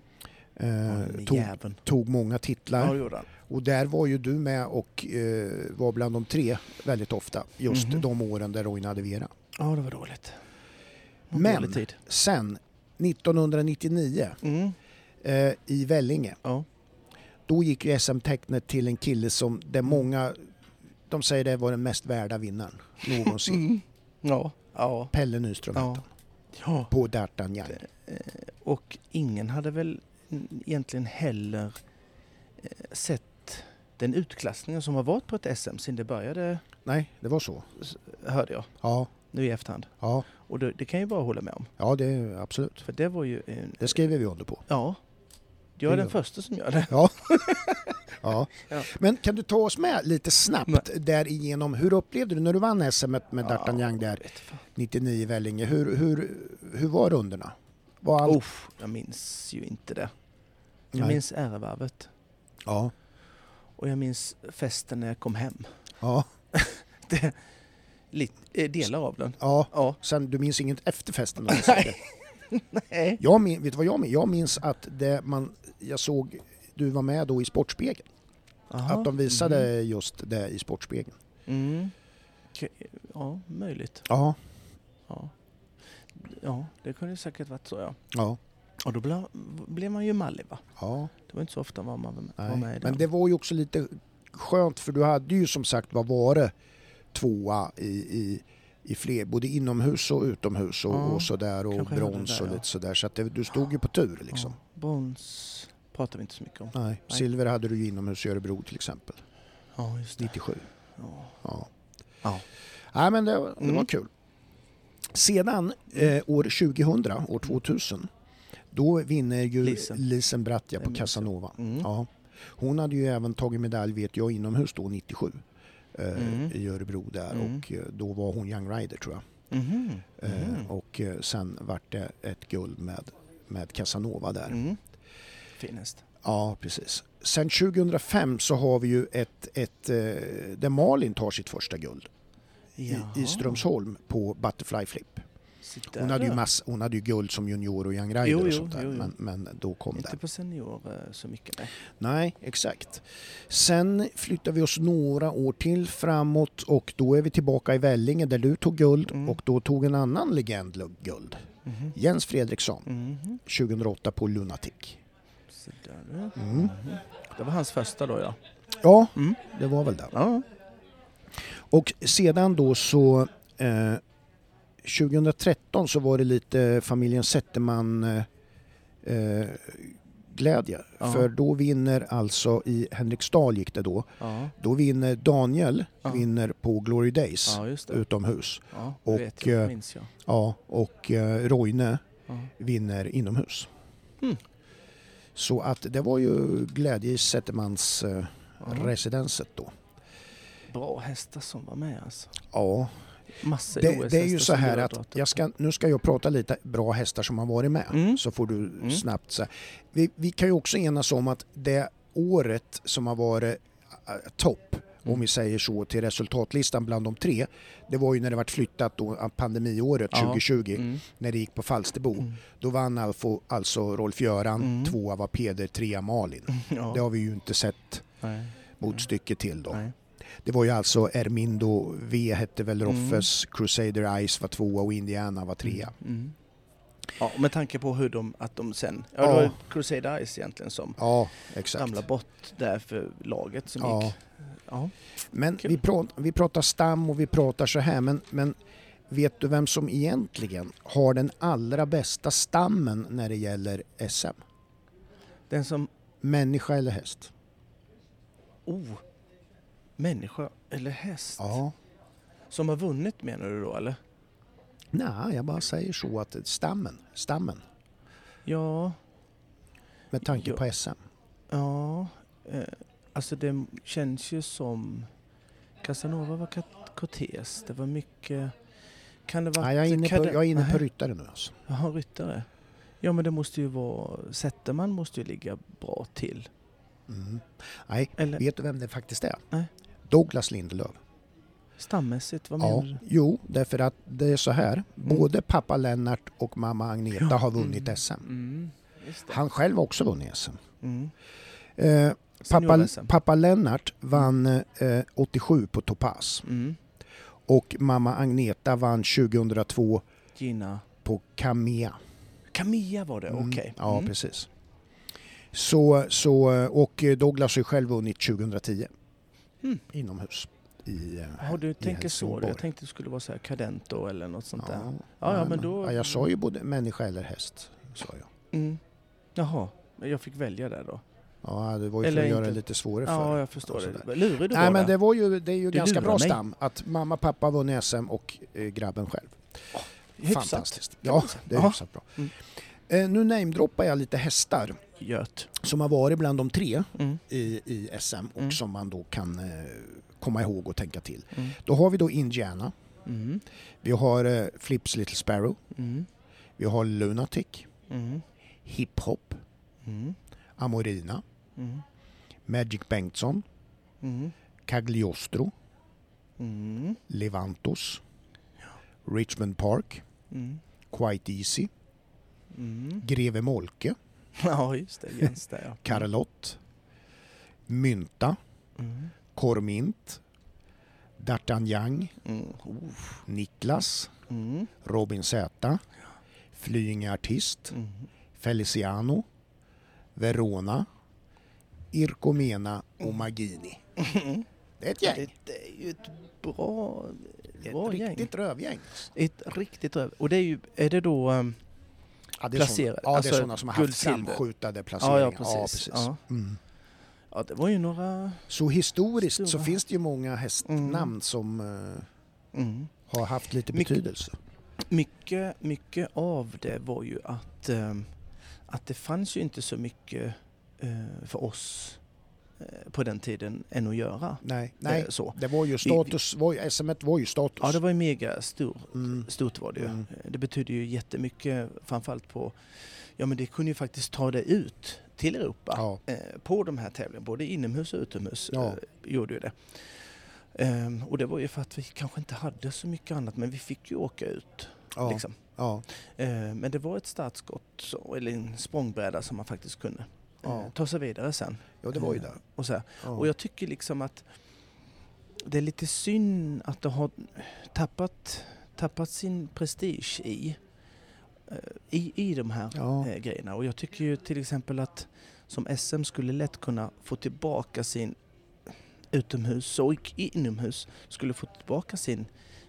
Speaker 2: Eh,
Speaker 1: Den
Speaker 2: tog,
Speaker 1: jäveln.
Speaker 2: tog många
Speaker 1: Ja,
Speaker 2: titlar
Speaker 1: det gjorde han.
Speaker 2: och där var ju du med och eh, var bland de tre väldigt ofta just
Speaker 1: Mhm.
Speaker 2: de åren där Roine hade Vera.
Speaker 1: Ja, det var dåligt.
Speaker 2: Men-
Speaker 1: Dålig tid.
Speaker 2: Sen 1999
Speaker 1: Mm.
Speaker 2: eh, i Vellinge.
Speaker 1: Ja.
Speaker 2: Då gick ju SM-tecknet till en kille som där många, de säger det var den mest värda vinnaren någonsin.
Speaker 1: Ja. Ja.
Speaker 2: Pelle Nyström hette
Speaker 1: Mm. Ja.
Speaker 2: han,
Speaker 1: ja.
Speaker 2: på D'Artagnan.
Speaker 1: Och ingen hade väl egentligen heller eh, sett den utklassningen som har varit på ett SM sedan det började,
Speaker 2: Nej, det var så.
Speaker 1: hörde jag
Speaker 2: Ja,
Speaker 1: nu i efterhand.
Speaker 2: ja,
Speaker 1: Och det, det kan jag ju bara hålla med om.
Speaker 2: ja det absolut.
Speaker 1: För det var ju en...
Speaker 2: Det skriver vi under på.
Speaker 1: Ja. Jag
Speaker 2: Det
Speaker 1: är
Speaker 2: gör
Speaker 1: den
Speaker 2: vi.
Speaker 1: första som gör det.
Speaker 2: Ja.
Speaker 1: Ja.
Speaker 2: Men kan du ta oss med lite snabbt därigenom. Hur upplevde du när du vann SM med med
Speaker 1: Ja,
Speaker 2: D'Artagnan där
Speaker 1: vet fan.
Speaker 2: 99 i Vellinge? Hur, hur, hur var rundorna? Var allt...
Speaker 1: Uff, jag minns ju inte det. Jag
Speaker 2: Nej.
Speaker 1: minns ärevarvet.
Speaker 2: Ja,
Speaker 1: Och jag minns festen när jag kom hem.
Speaker 2: ja,
Speaker 1: Det, lit, eh, delar av den.
Speaker 2: ja.
Speaker 1: Ja.
Speaker 2: Sen, du minns inget efter festen? då?
Speaker 1: Nej. Nej.
Speaker 2: Jag min, vet du vad jag minns? Jag minns att det man, jag såg, du var med då i Sportspegeln.
Speaker 1: Aha.
Speaker 2: Att de visade just det i Sportspegeln.
Speaker 1: Mm. Mm. Okej, Ja, möjligt.
Speaker 2: Ja.
Speaker 1: Ja. ja, det kunde säkert varit så ja.
Speaker 2: Ja.
Speaker 1: Och då blev, blev man ju mallig va?
Speaker 2: ja
Speaker 1: Det var inte så ofta man var med, var
Speaker 2: nej.
Speaker 1: med i den.
Speaker 2: Men det var ju också lite skönt för du hade ju som sagt var varit tvåa i, i, i fler, både inomhus och utomhus och,
Speaker 1: Ja,
Speaker 2: och sådär och
Speaker 1: kanske
Speaker 2: brons
Speaker 1: hade det,
Speaker 2: och
Speaker 1: ja.
Speaker 2: lite sådär. Så att det, du stod ju på tur liksom.
Speaker 1: ja. Brons pratar vi inte så mycket om.
Speaker 2: Nej.
Speaker 1: Nej.
Speaker 2: Silver hade du ju inomhus i Örebro till exempel,
Speaker 1: Ja, just det.
Speaker 2: 97.
Speaker 1: Ja.
Speaker 2: Ja.
Speaker 1: Ja.
Speaker 2: Nej, men det, det var
Speaker 1: Mm.
Speaker 2: kul. Sedan eh, år 2000, år 2000, då vinner ju
Speaker 1: Lisen.
Speaker 2: Lisen, Brattja
Speaker 1: Det
Speaker 2: på
Speaker 1: minns jag.
Speaker 2: Casanova.
Speaker 1: Mm.
Speaker 2: Ja. Hon hade ju även tagit medalj, vet jag, inomhus då 97 eh,
Speaker 1: Mm.
Speaker 2: i Örebro där
Speaker 1: Mm.
Speaker 2: och eh, då var hon Young Rider tror jag.
Speaker 1: Mhm.
Speaker 2: Eh, och eh, sen vart det ett guld med, med Casanova där.
Speaker 1: Mm. Finest.
Speaker 2: Ja, precis. Sen 2005 så har vi ju ett, ett eh, där Malin tar sitt första guld
Speaker 1: Jaha.
Speaker 2: i, i Strömsholm på Butterfly Flip.
Speaker 1: Se
Speaker 2: Hon
Speaker 1: där,
Speaker 2: hade, ju
Speaker 1: ja.
Speaker 2: mass, hon hade ju guld som junior och young rider
Speaker 1: Jo,
Speaker 2: och
Speaker 1: jo,
Speaker 2: sånt där.
Speaker 1: jo, jo.
Speaker 2: Men, men då kom
Speaker 1: Inte
Speaker 2: det.
Speaker 1: på senior eh, så mycket nej.
Speaker 2: Nej, exakt. Sen flyttar vi oss några år till framåt och då är vi tillbaka i Vellinge där du tog guld
Speaker 1: Mm.
Speaker 2: och då tog en annan legend lu- guld.
Speaker 1: Mhm.
Speaker 2: Jens Fredriksson,
Speaker 1: Mhm.
Speaker 2: 2008 på Lunatic.
Speaker 1: Se där, ja.
Speaker 2: Mm.
Speaker 1: Det var hans första då ja.
Speaker 2: Ja,
Speaker 1: Mm.
Speaker 2: det var väl det.
Speaker 1: Ja.
Speaker 2: Och sedan då så eh, 2013 så var det lite familjen Zetterman eh, eh, glädje.
Speaker 1: Ja.
Speaker 2: För då vinner alltså i Henriksdal gick det då.
Speaker 1: Ja,
Speaker 2: Då vinner Daniel
Speaker 1: Ja.
Speaker 2: vinner på Glory Days
Speaker 1: ja just det.
Speaker 2: utomhus.
Speaker 1: Ja,
Speaker 2: och,
Speaker 1: och, vet jag,
Speaker 2: eh,
Speaker 1: det minns jag.
Speaker 2: Ja, och eh, Roine
Speaker 1: Ja.
Speaker 2: vinner inomhus.
Speaker 1: Mm.
Speaker 2: Så att det var ju glädje i Zettermans eh,
Speaker 1: Ja.
Speaker 2: residenset då.
Speaker 1: Bra hästar som var med alltså.
Speaker 2: Ja,
Speaker 1: Massor
Speaker 2: det, det är ju
Speaker 1: OS-hästar
Speaker 2: så
Speaker 1: som
Speaker 2: här
Speaker 1: du har
Speaker 2: att
Speaker 1: pratat om.
Speaker 2: jag ska, nu ska jag prata lite bra hästar som har varit med
Speaker 1: Mm.
Speaker 2: så får du snabbt så här. Vi, vi kan ju också enas om att det året som har varit eh, topp om
Speaker 1: Mm.
Speaker 2: vi säger så till resultatlistan bland de tre det var ju när det vart flyttat då av pandemiåret
Speaker 1: Ja.
Speaker 2: 2020
Speaker 1: Mm.
Speaker 2: när det gick på Falsterbo
Speaker 1: Mm.
Speaker 2: då vann alltså, alltså Rolf-Göran
Speaker 1: Mm.
Speaker 2: tvåa var Peder trea Malin
Speaker 1: Ja.
Speaker 2: det har vi ju inte sett
Speaker 1: Nej.
Speaker 2: motstycke till då
Speaker 1: Nej.
Speaker 2: det var ju alltså Ermindo V hette väl
Speaker 1: Mm.
Speaker 2: Roffes, Crusader Ice var tvåa och Indiana var trea.
Speaker 1: Mm. Mm. Ja, med tanke på hur de, att de sen... Ja,
Speaker 2: Ja.
Speaker 1: det var ju Crusader Ice egentligen som
Speaker 2: Ja, exakt.
Speaker 1: ramlade bort där för laget som
Speaker 2: Ja.
Speaker 1: gick. Ja.
Speaker 2: Men
Speaker 1: Kul.
Speaker 2: vi, pra- vi pratar stam och vi pratar så här, men, men vet du vem som egentligen har den allra bästa stammen när det gäller SM?
Speaker 1: Den som...
Speaker 2: Människa eller häst?
Speaker 1: Oh! Människa eller häst?
Speaker 2: Ja.
Speaker 1: Som har vunnit menar du då eller?
Speaker 2: Nej, jag bara säger så att stammen, stammen,
Speaker 1: Ja,
Speaker 2: med tanke
Speaker 1: Jo.
Speaker 2: på SM.
Speaker 1: ja. Eh, Alltså det känns ju som Casanova var kat- Cortés. Det var mycket... Kan det vara...
Speaker 2: Nej, jag är inne på,
Speaker 1: kan det-
Speaker 2: jag är inne på
Speaker 1: Nej.
Speaker 2: ryttare nu alltså.
Speaker 1: Jaha, ryttare. Ja men det måste ju vara... Zetterman måste ju ligga bra till.
Speaker 2: Mm. Nej,
Speaker 1: Eller
Speaker 2: vet du vem det faktiskt är?
Speaker 1: Nej.
Speaker 2: Douglas Lindelöf.
Speaker 1: stammässigt, vad menar
Speaker 2: Ja,
Speaker 1: du?
Speaker 2: jo, därför att det är så här. Både pappa Lennart och mamma Agneta
Speaker 1: Mm. Ja,
Speaker 2: har vunnit
Speaker 1: mm.
Speaker 2: SM.
Speaker 1: Mm, just det.
Speaker 2: Han själv har också vunnit SM.
Speaker 1: Mm.
Speaker 2: Eh, pappa,
Speaker 1: Senior-SM.
Speaker 2: pappa Lennart vann eh, 87 på Topaz
Speaker 1: Mm.
Speaker 2: och mamma Agneta vann 2002
Speaker 1: Gina.
Speaker 2: på Camea.
Speaker 1: Camilla var det,
Speaker 2: Mm,
Speaker 1: okej.
Speaker 2: Ja,
Speaker 1: Mm.
Speaker 2: precis. Så, så, och Douglas har ju själv vunnit 2010
Speaker 1: Mm.
Speaker 2: inomhus. I, eh,
Speaker 1: Ja, du tänker så.
Speaker 2: Helsingborg.
Speaker 1: Jag tänkte det skulle vara så här Cadento eller något sånt
Speaker 2: ja,
Speaker 1: där.
Speaker 2: nej,
Speaker 1: ja, men då-
Speaker 2: ja, jag sa ju både människa eller häst. Sa jag.
Speaker 1: Mm. Jaha, men jag fick välja där då.
Speaker 2: Ja, det var ju
Speaker 1: Eller
Speaker 2: för att göra
Speaker 1: inte.
Speaker 2: det lite svårare för
Speaker 1: Ja,
Speaker 2: dig.
Speaker 1: jag förstår
Speaker 2: och
Speaker 1: det.
Speaker 2: sådär.
Speaker 1: Vad Lurig du
Speaker 2: Nej,
Speaker 1: var
Speaker 2: men
Speaker 1: där.
Speaker 2: det var ju, det är ju
Speaker 1: Du
Speaker 2: ganska
Speaker 1: lurar
Speaker 2: bra
Speaker 1: mig.
Speaker 2: stam att mamma, pappa har vunnit SM och eh, grabben själv.
Speaker 1: Hyfsat.
Speaker 2: Fantastiskt. Ja, det är
Speaker 1: Ja.
Speaker 2: hyfsat bra.
Speaker 1: Mm.
Speaker 2: Eh, nu namedroppar jag lite hästar
Speaker 1: Göt.
Speaker 2: som har varit bland de tre
Speaker 1: Mm.
Speaker 2: i, i SM och
Speaker 1: Mm.
Speaker 2: som man då kan eh, komma ihåg och tänka till.
Speaker 1: Mm.
Speaker 2: Då har vi då Indiana,
Speaker 1: Mm.
Speaker 2: vi har eh, Flips Little Sparrow,
Speaker 1: Mm.
Speaker 2: vi har Lunatic,
Speaker 1: Mm.
Speaker 2: Hip Hop,
Speaker 1: Mm.
Speaker 2: Amorina,
Speaker 1: Mm.
Speaker 2: Magic Bengtsson,
Speaker 1: Mm.
Speaker 2: Cagliostro,
Speaker 1: Mm.
Speaker 2: Levantos, Richmond Park,
Speaker 1: Mm.
Speaker 2: Quite Easy,
Speaker 1: Mm.
Speaker 2: Greve Molke,
Speaker 1: Ja, just det. Jens där ja.
Speaker 2: Karlott, Mynta,
Speaker 1: Mm.
Speaker 2: Kormint, D'Artagnan,
Speaker 1: Mm. Oh.
Speaker 2: Niklas,
Speaker 1: Mm.
Speaker 2: Robin Z, Flyinge Artist,
Speaker 1: Mm.
Speaker 2: Feliciano, Verona, Irkomena och Magini. Det är ett
Speaker 1: Mm. Ja,
Speaker 2: gäng.
Speaker 1: Det, det är ju ett bra, bra
Speaker 2: Ett
Speaker 1: gäng.
Speaker 2: riktigt rövgäng.
Speaker 1: Ett riktigt röv. Och det är ju, är det då... ehm,
Speaker 2: Ja, det är
Speaker 1: Placerade.
Speaker 2: såna, ja,
Speaker 1: Alltså,
Speaker 2: det är såna som har haft
Speaker 1: guld, silver.
Speaker 2: framskjutade placeringar.
Speaker 1: Ja, ja, precis. Ja.
Speaker 2: Mm.
Speaker 1: Ja, det var ju några...
Speaker 2: Så historiskt så
Speaker 1: Stora.
Speaker 2: finns det ju många hästnamn
Speaker 1: Mm.
Speaker 2: som eh,
Speaker 1: Mm.
Speaker 2: har haft lite
Speaker 1: Mycket-
Speaker 2: betydelse.
Speaker 1: Mycket, mycket av det var ju att, ehm, att det fanns ju inte så mycket eh, för oss eh, på den tiden än att göra.
Speaker 2: Nej, nej.
Speaker 1: Eh, så.
Speaker 2: Det var ju status, var ju, SM var ju status.
Speaker 1: Ja, det var ju mega stor,
Speaker 2: Mm.
Speaker 1: stort var det ju. Eh,
Speaker 2: Mm.
Speaker 1: Det betydde ju jättemycket, framförallt på... Ja, men det kunde ju faktiskt ta det ut till Europa.
Speaker 2: Ja.
Speaker 1: eh, på de här tävlingarna, både inomhus och utomhus,
Speaker 2: Ja.
Speaker 1: eh, gjorde ju det. Ehm, och det var ju för att vi kanske inte hade så mycket annat, men vi fick ju åka ut.
Speaker 2: Ja,
Speaker 1: Liksom.
Speaker 2: ja,
Speaker 1: Eh, men det var ett startskott, så, eller en språngbräda som man faktiskt kunde
Speaker 2: Ja.
Speaker 1: eh, ta sig vidare sen.
Speaker 2: ja, det var ju det.
Speaker 1: Och, så här.
Speaker 2: Eh, Ja.
Speaker 1: och jag tycker liksom att det är lite synd att det har tappat, tappat sin prestige i, eh, i, i de här
Speaker 2: ja.
Speaker 1: eh, grejerna. Och jag tycker ju till exempel att som SM skulle lätt kunna få tillbaka sin utomhus och inomhus skulle få tillbaka sin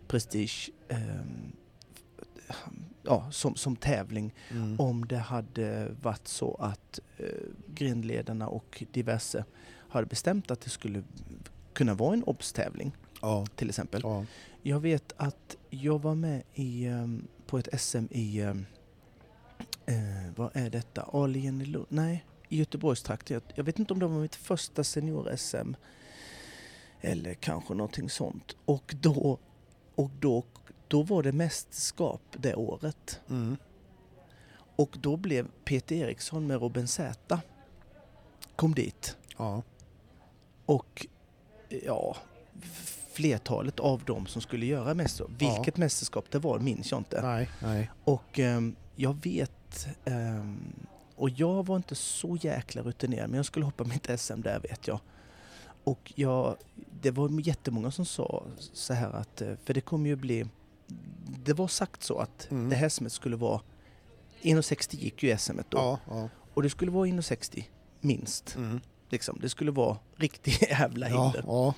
Speaker 1: prestige ehm, ja, som, som tävling
Speaker 2: Mm.
Speaker 1: om det hade varit så att eh, grindledarna och diverse hade bestämt att det skulle kunna vara en obstävling
Speaker 2: ja.
Speaker 1: till exempel.
Speaker 2: Ja.
Speaker 1: Jag vet att jag var med i, ehm, på ett SM i, ehm, eh, vad är detta, Alien i Lund? Nej, i Göteborgstrakten. Jag, jag vet inte om det var mitt första senior-SM eller kanske någonting sånt. Och då, och då, då var det mästerskap det året.
Speaker 2: Mm.
Speaker 1: Och då blev Peter Eriksson med Robin Z. Kom dit.
Speaker 2: ja.
Speaker 1: Och eh, ja, f- flertalet av dem som skulle göra mästerskap.
Speaker 2: Ja.
Speaker 1: Vilket mästerskap det var minns jag inte.
Speaker 2: Nej, nej.
Speaker 1: Och ehm, jag vet... ehm, och jag var inte så jäkla rutinerad men jag skulle hoppa mitt SM där vet jag. Och jag, det var jättemånga som sa så här att... eh, För det kommer ju bli... Det var sagt så att
Speaker 2: Mm.
Speaker 1: det här SMet skulle vara... 1,60 gick ju SMet då.
Speaker 2: Ja, ja.
Speaker 1: Och det skulle vara 1,60 minst.
Speaker 2: Mm.
Speaker 1: Liksom. Det skulle vara riktigt jävla
Speaker 2: Ja,
Speaker 1: hinder.
Speaker 2: ja.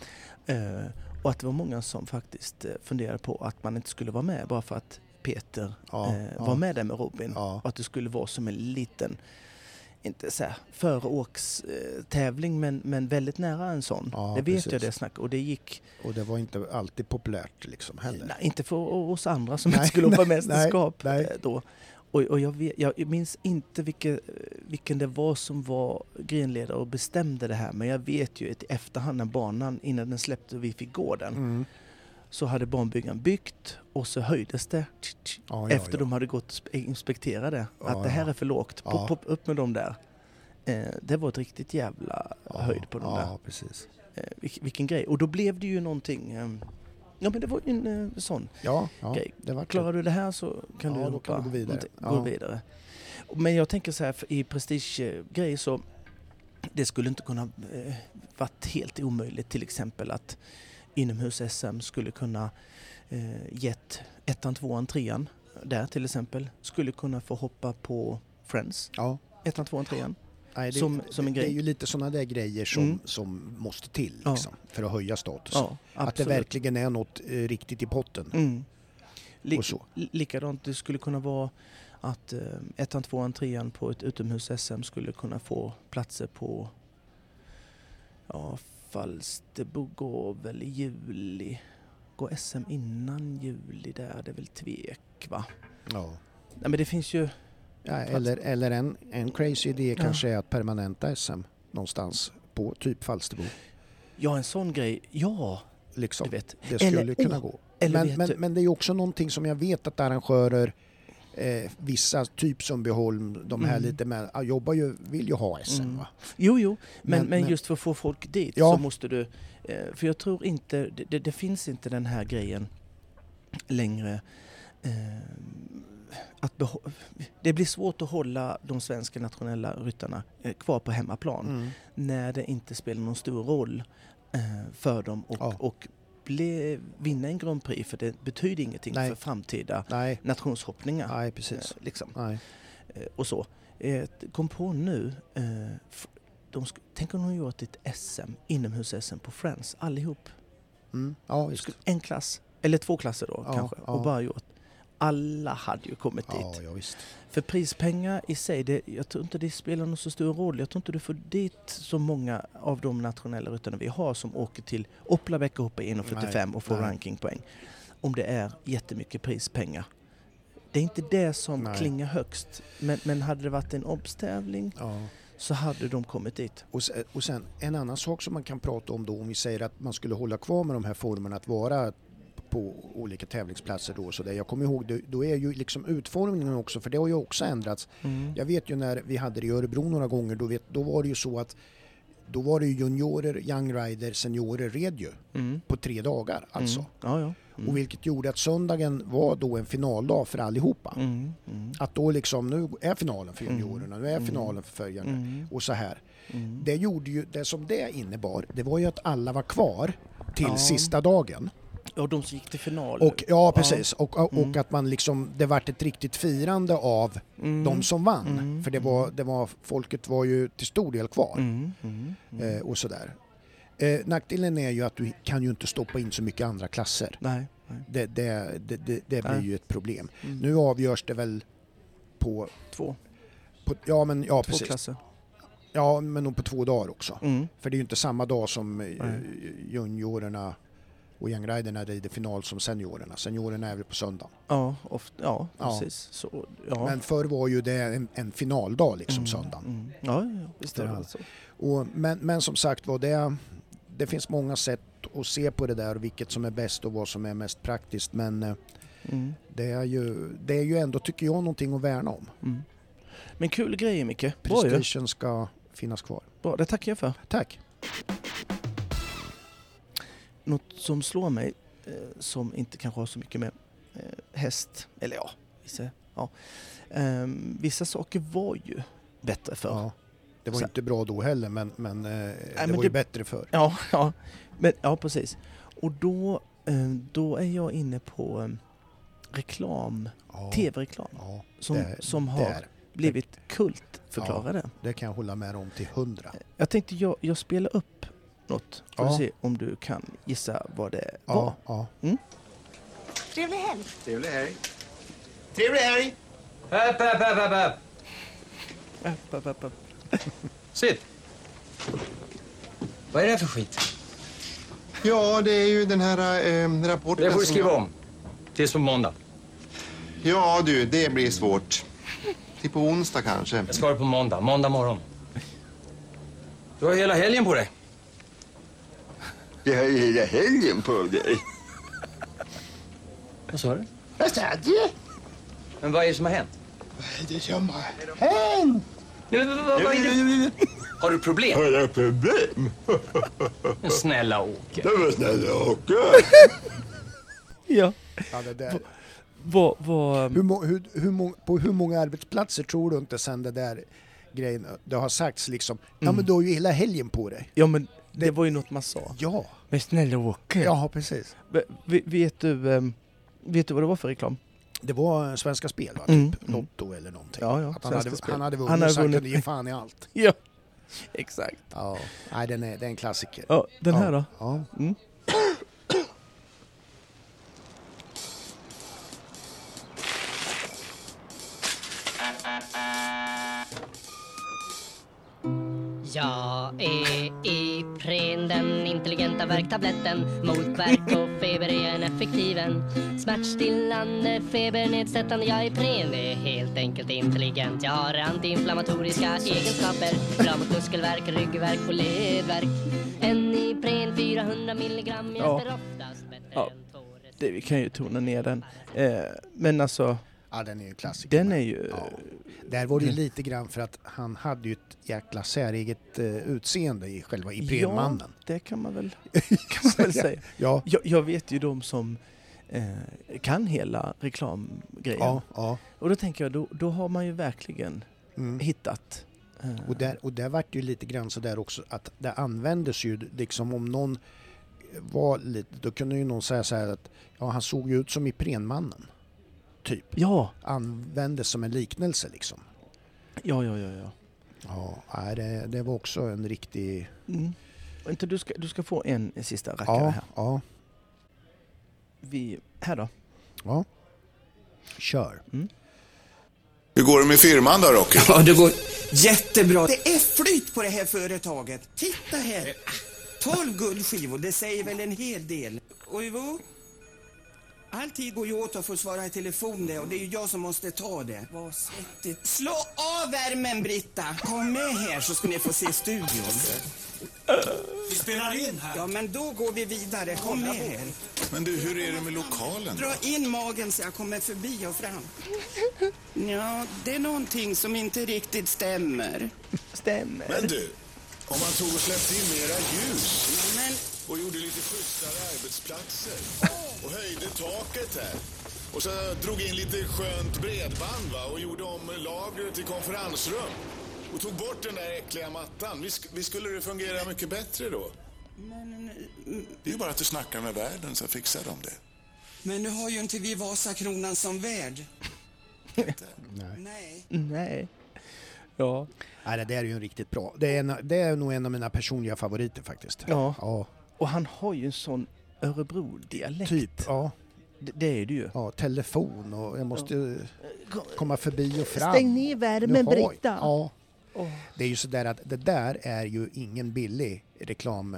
Speaker 1: Eh, och att det var många som faktiskt eh, funderade på att man inte skulle vara med bara för att Peter
Speaker 2: Ja,
Speaker 1: eh,
Speaker 2: ja.
Speaker 1: var med där med Robin.
Speaker 2: Ja.
Speaker 1: Och att det skulle vara som en liten, inte så här föråkstävling eh, tävling, men, men väldigt nära en sån.
Speaker 2: Ja,
Speaker 1: det vet
Speaker 2: precis.
Speaker 1: jag det snacket och det gick,
Speaker 2: Och det var inte alltid populärt liksom heller.
Speaker 1: nej, inte för oss andra som
Speaker 2: Nej,
Speaker 1: inte skulle hoppa
Speaker 2: nej,
Speaker 1: mästerskap
Speaker 2: nej.
Speaker 1: eh, då. Och, och jag, vet, jag minns inte vilken, vilken det var som var grenledare och bestämde det här men jag vet ju att i efterhand när banan, innan den släppte och vi fick gå den,
Speaker 2: Mm.
Speaker 1: så hade banbyggaren byggt och så höjdes det tsch, tsch,
Speaker 2: Ja, ja,
Speaker 1: efter de hade gått och spe- inspekterade
Speaker 2: Ja,
Speaker 1: att det här
Speaker 2: ja.
Speaker 1: är för lågt. Pop,
Speaker 2: Ja.
Speaker 1: pop, upp med dem där. Eh, det var ett riktigt jävla
Speaker 2: ja.
Speaker 1: höjd på dem
Speaker 2: ja,
Speaker 1: där.
Speaker 2: Ja, precis.
Speaker 1: Eh, vil- vilken grej. Och då blev det ju någonting. ehm, ja men det var ju en eh, sån.
Speaker 2: Ja, ja
Speaker 1: Okej,
Speaker 2: det var
Speaker 1: Klarar du det här så kan
Speaker 2: Ja,
Speaker 1: du
Speaker 2: då
Speaker 1: hoppa.
Speaker 2: kan du gå vidare.
Speaker 1: någonting- gå
Speaker 2: Ja.
Speaker 1: vidare. Men jag tänker så här för- i prestigegrej så det skulle inte kunna eh, varit helt omöjligt till exempel att inomhus-SM skulle kunna eh, gett ettan, tvåan, trean där till exempel skulle kunna få hoppa på Friends.
Speaker 2: Ja.
Speaker 1: Ettan, tvåan, trean.
Speaker 2: Nej, det,
Speaker 1: Som- som en
Speaker 2: det
Speaker 1: grej.
Speaker 2: är ju lite sådana där grejer som,
Speaker 1: Mm.
Speaker 2: som måste till
Speaker 1: Ja.
Speaker 2: liksom, för att höja statusen.
Speaker 1: Ja, absolut.
Speaker 2: att det verkligen är något eh, riktigt i potten.
Speaker 1: Mm. Lik-
Speaker 2: Och så.
Speaker 1: L- Likadant, det skulle kunna vara att eh, ettan, tvåan, trean på ett utomhus-SM skulle kunna få platser på ja, Falsterbo går väl i juli. Går SM innan juli där? Det är väl tvek va?
Speaker 2: Ja.
Speaker 1: Nej men det finns ju...
Speaker 2: Ja, eller eller en, en crazy idé
Speaker 1: Ja.
Speaker 2: kanske är att permanenta SM någonstans på typ Falsterbo.
Speaker 1: Ja en sån grej, ja
Speaker 2: Liksom.
Speaker 1: du vet.
Speaker 2: Det skulle
Speaker 1: Eller-
Speaker 2: kunna
Speaker 1: åh,
Speaker 2: gå.
Speaker 1: Eller
Speaker 2: Men,
Speaker 1: vet
Speaker 2: men,
Speaker 1: du,
Speaker 2: men det är ju också någonting som jag vet att arrangörer, eh, vissa, typ Sundbyholm, de här
Speaker 1: Mm.
Speaker 2: lite med, ja, jobbar ju, vill ju ha SM
Speaker 1: Mm.
Speaker 2: va?
Speaker 1: jo jo, men, men,
Speaker 2: men- men-
Speaker 1: just för att få folk dit
Speaker 2: Ja.
Speaker 1: så måste du... Eh, för jag tror inte, det, det, det finns inte den här grejen längre. Eh, att behå- det blir svårt att hålla de svenska nationella ryttarna eh, kvar på hemmaplan
Speaker 2: Mm.
Speaker 1: när det inte spelar någon stor roll eh, för dem och,
Speaker 2: Ja.
Speaker 1: och bli, vinna en Grand Prix för det betyder ingenting
Speaker 2: Nej.
Speaker 1: för framtida
Speaker 2: Nej,
Speaker 1: nationshoppningar.
Speaker 2: nej
Speaker 1: eh,
Speaker 2: precis.
Speaker 1: liksom.
Speaker 2: Nej.
Speaker 1: Eh, och så. Eh, kom på nu, eh, f- de sk- tänk om de gjort ett SM, inomhus-SM på Friends, allihop.
Speaker 2: Mm. Ja,
Speaker 1: Sk-
Speaker 2: visst.
Speaker 1: En klass, eller två klasser då
Speaker 2: Ja,
Speaker 1: kanske, och
Speaker 2: ja.
Speaker 1: bara gjort. Alla hade ju kommit
Speaker 2: Ja,
Speaker 1: dit.
Speaker 2: ja, visst.
Speaker 1: För prispengar i sig, det, jag tror inte det spelar någon så stor roll. Jag tror inte du får dit så många av de nationella ryttarna vi har som åker till Oplaväck och hoppar in och 45 och får
Speaker 2: nej.
Speaker 1: rankingpoäng. Om det är jättemycket prispengar. Det är inte det som
Speaker 2: Nej.
Speaker 1: klingar högst. Men, men hade det varit en obstävling
Speaker 2: Ja.
Speaker 1: så hade de kommit dit.
Speaker 2: Och, se- och sen en annan sak som man kan prata om då om vi säger att man skulle hålla kvar med de här formerna att vara på olika tävlingsplatser då och så där. Jag kommer ihåg, då- då är ju liksom utformningen också, för det har ju också ändrats.
Speaker 1: Mm.
Speaker 2: Jag vet ju när vi hade det i Örebro några gånger, då, vet, då var det ju så att då var det ju juniorer, young rider, seniorer red ju
Speaker 1: Mm.
Speaker 2: på tre dagar alltså.
Speaker 1: Mm. Ja, ja. Mm.
Speaker 2: Och vilket gjorde att söndagen var då en finaldag för allihopa.
Speaker 1: Mm. Mm.
Speaker 2: Att då liksom, nu är finalen för
Speaker 1: Mm.
Speaker 2: juniorerna, nu är
Speaker 1: Mm.
Speaker 2: finalen för följande
Speaker 1: Mm.
Speaker 2: och så här.
Speaker 1: Mm.
Speaker 2: Det, gjorde ju, det som det innebar, det var ju att alla var kvar till
Speaker 1: Ja.
Speaker 2: sista dagen.
Speaker 1: Och de som gick till final.
Speaker 2: Och, ja, precis. Och, och,
Speaker 1: Mm.
Speaker 2: och att man liksom, det vart ett riktigt firande av
Speaker 1: Mm.
Speaker 2: de som vann.
Speaker 1: Mm.
Speaker 2: För det var, det var, folket var ju till stor del kvar
Speaker 1: Mm. Mm. Mm.
Speaker 2: eh, och sådär. Eh, nackdelen är ju att du kan ju inte stoppa in så mycket andra klasser.
Speaker 1: Nej. nej.
Speaker 2: Det, det, det, det, det blir
Speaker 1: Nej.
Speaker 2: ju ett problem.
Speaker 1: Mm.
Speaker 2: Nu avgörs det väl på,
Speaker 1: Två.
Speaker 2: på ja men ja
Speaker 1: Två
Speaker 2: precis,
Speaker 1: klasser.
Speaker 2: ja men nog på två dagar också.
Speaker 1: Mm.
Speaker 2: För det är ju inte samma dag som eh,
Speaker 1: Nej.
Speaker 2: juniorerna och youngriderna rider final som seniorerna. Seniorerna är väl på söndag.
Speaker 1: Ja, ofta, ja,
Speaker 2: Ja.
Speaker 1: precis. Så, ja.
Speaker 2: Men förr var ju det en, en finaldag liksom
Speaker 1: Mm,
Speaker 2: söndagen.
Speaker 1: Mm. Ja, ja, visst är det
Speaker 2: Efterhand.
Speaker 1: så.
Speaker 2: Och, men, men som sagt var, det, det finns många sätt att se på det där och vilket som är bäst och vad som är mest praktiskt. Men eh,
Speaker 1: Mm.
Speaker 2: det är ju, det är ju ändå, tycker jag, någonting att värna om.
Speaker 1: Mm. Men kul grejer Micke. Bra ju.
Speaker 2: Prestigen ska finnas kvar.
Speaker 1: Bra, det tackar jag för.
Speaker 2: Tack!
Speaker 1: Något som slår mig, eh, som inte kanske har så mycket med eh, häst, eller ja, vissa, ja. Ehm, vissa saker var ju bättre förr.
Speaker 2: Ja. Det var
Speaker 1: Så-
Speaker 2: ju inte bra då heller, men, men eh, det
Speaker 1: men
Speaker 2: var
Speaker 1: det-
Speaker 2: ju bättre förr.
Speaker 1: Ja, ja. Men, ja precis. Och då, eh, då är jag inne på eh, reklam,
Speaker 2: Ja,
Speaker 1: tv-reklam,
Speaker 2: ja,
Speaker 1: som,
Speaker 2: där-
Speaker 1: som har
Speaker 2: där.
Speaker 1: blivit kultförklarade.
Speaker 2: Det kan jag hålla med om till hundra.
Speaker 1: Jag tänkte jag, jag spelar upp något. Får
Speaker 2: Ja.
Speaker 1: vi se om du kan gissa vad det var.
Speaker 2: Ja, ja.
Speaker 3: Trevlig helg!
Speaker 4: Trevlig helg. Trevlig helg!
Speaker 5: Upp, upp, upp, upp, upp.
Speaker 1: Upp, upp, upp, upp.
Speaker 5: Sitt. Vad är det här för skit?
Speaker 4: Ja, det är ju den här eh, rapporten
Speaker 5: Det får du
Speaker 4: som
Speaker 5: skriva
Speaker 4: jag-
Speaker 5: om. Tills på måndag.
Speaker 4: Ja, du, det blir svårt. till på onsdag kanske.
Speaker 5: Jag ska ha det på måndag. Måndag morgon. Du har hela helgen på dig.
Speaker 6: Jag har ju hela helgen på dig.
Speaker 5: Vad sa du?
Speaker 6: Vad sa du?
Speaker 5: Men vad är det som har hänt?
Speaker 6: Det är som har hänt.
Speaker 5: Nej, men vad- vad- vad är det? Har du problem?
Speaker 6: Har jag problem?
Speaker 5: Men snälla Åke.
Speaker 6: Det var snälla Åke.
Speaker 1: Ja.
Speaker 2: Ja, det där.
Speaker 1: Vad, vad... um,
Speaker 2: Hur, må- hur, hur, må- på hur många arbetsplatser tror du inte sen det där grejen, det har sagts liksom, ja men du har ju hela helgen på dig.
Speaker 1: Ja men det var ju något man sa.
Speaker 2: Ja,
Speaker 1: Men snälla Åke.
Speaker 2: ja precis.
Speaker 1: V- v- Vet du, ehm, vet du vad det var för reklam?
Speaker 2: Det var eh, Svenska Spel va? Typ
Speaker 1: Mm, mm.
Speaker 2: Lotto eller någonting.
Speaker 1: Ja, ja,
Speaker 2: Att han,
Speaker 1: Svenska
Speaker 2: hade,
Speaker 1: Spel.
Speaker 2: han hade vunnit
Speaker 1: Han hade
Speaker 2: så han
Speaker 1: vunnit.
Speaker 2: kunde ge fan i allt.
Speaker 1: Ja, exakt.
Speaker 2: Ja. Nej, den är, det är en klassiker.
Speaker 1: Ja, den här
Speaker 2: ja.
Speaker 1: då?
Speaker 2: Ja.
Speaker 7: Jag är Ipren, den intelligenta värktabletten Mot värk och feber är jag en effektiven Smärtstillande, febernedsättande Jag Ipren är helt enkelt intelligent Jag har antiinflammatoriska egenskaper Bra mot muskelvärk, ryggvärk och ledvärk En Ipren 400 milligram
Speaker 1: Ja.
Speaker 7: hjälper oftast bättre
Speaker 1: Ja.
Speaker 7: än två recept.
Speaker 1: Det, vi kan ju tona ner den. Eh, men alltså,
Speaker 2: ja, den är ju en klassiker.
Speaker 1: den är ju...
Speaker 2: Ja. Där var det ju lite grann för att han hade ju ett jäkla säreget eh, utseende i själva Iprenmannen.
Speaker 1: Ja, det kan man väl, kan man väl säga.
Speaker 2: Ja.
Speaker 1: Jag, jag vet ju de som eh, kan hela reklamgrejen.
Speaker 2: Ja, ja.
Speaker 1: Och då tänker jag, då, då har man ju verkligen
Speaker 2: Mm.
Speaker 1: hittat... eh,
Speaker 2: Och där, och där vart det ju lite grann sådär också att det användes ju liksom om någon var lite, då kunde ju någon säga så här att ja han såg ju ut som Iprenmannen. Typ.
Speaker 1: Ja,
Speaker 2: Användes som en liknelse liksom.
Speaker 1: ja, ja, ja. ja.
Speaker 2: Ja, nej, det, det var också en riktig...
Speaker 1: Mm. Och Inte, du, ska, du ska få en sista rackare
Speaker 2: Ja,
Speaker 1: här.
Speaker 2: ja,
Speaker 1: Vi, här då.
Speaker 2: ja. Kör.
Speaker 8: Hur går det med firman då, Rocky?
Speaker 9: Ja, det går jättebra.
Speaker 10: Det är flyt på det här företaget. Titta här! 12 guldskivor, det säger väl en hel del. Och Ivo? All tid går ju åt att få svara i telefon det och det är ju jag som måste ta det. Vad svettigt. Slå av värmen Britta! Kom med här så ska ni få se studion. Vi spelar in här. Ja men då går vi vidare. Kom med här.
Speaker 8: Men du, hur är det med lokalen?
Speaker 10: Dra in magen så jag kommer förbi och fram. Ja, det är någonting som inte riktigt stämmer.
Speaker 1: Stämmer.
Speaker 8: Men du, om man tog och släppte in mera ljus
Speaker 10: Men
Speaker 8: och gjorde lite schysstare arbetsplatser och höjde taket här och så drog in lite skönt bredband va och gjorde om lagret till konferensrum och tog bort den där äckliga mattan. Vi, sk- vi skulle det fungera mycket bättre då. Det är ju bara att du snackar med världen så fixar de det.
Speaker 10: Men nu har ju inte vi Vasakronan som värd. Nej. Nej.
Speaker 1: Nej. Ja.
Speaker 2: Nej, det där är ju en riktigt bra. Det är, en, det är nog en av mina personliga favoriter faktiskt.
Speaker 1: Ja.
Speaker 2: Ja,
Speaker 1: Och han har ju en sån Örebro-dialekt.
Speaker 2: typ. Ja,
Speaker 1: Det, det är det ju.
Speaker 2: ja, telefon och jag måste ju komma förbi och fram.
Speaker 1: Stäng ner värmen,
Speaker 2: Nu har jag-
Speaker 1: Britta.
Speaker 2: Ja. Det är ju sådär att det där är ju ingen billig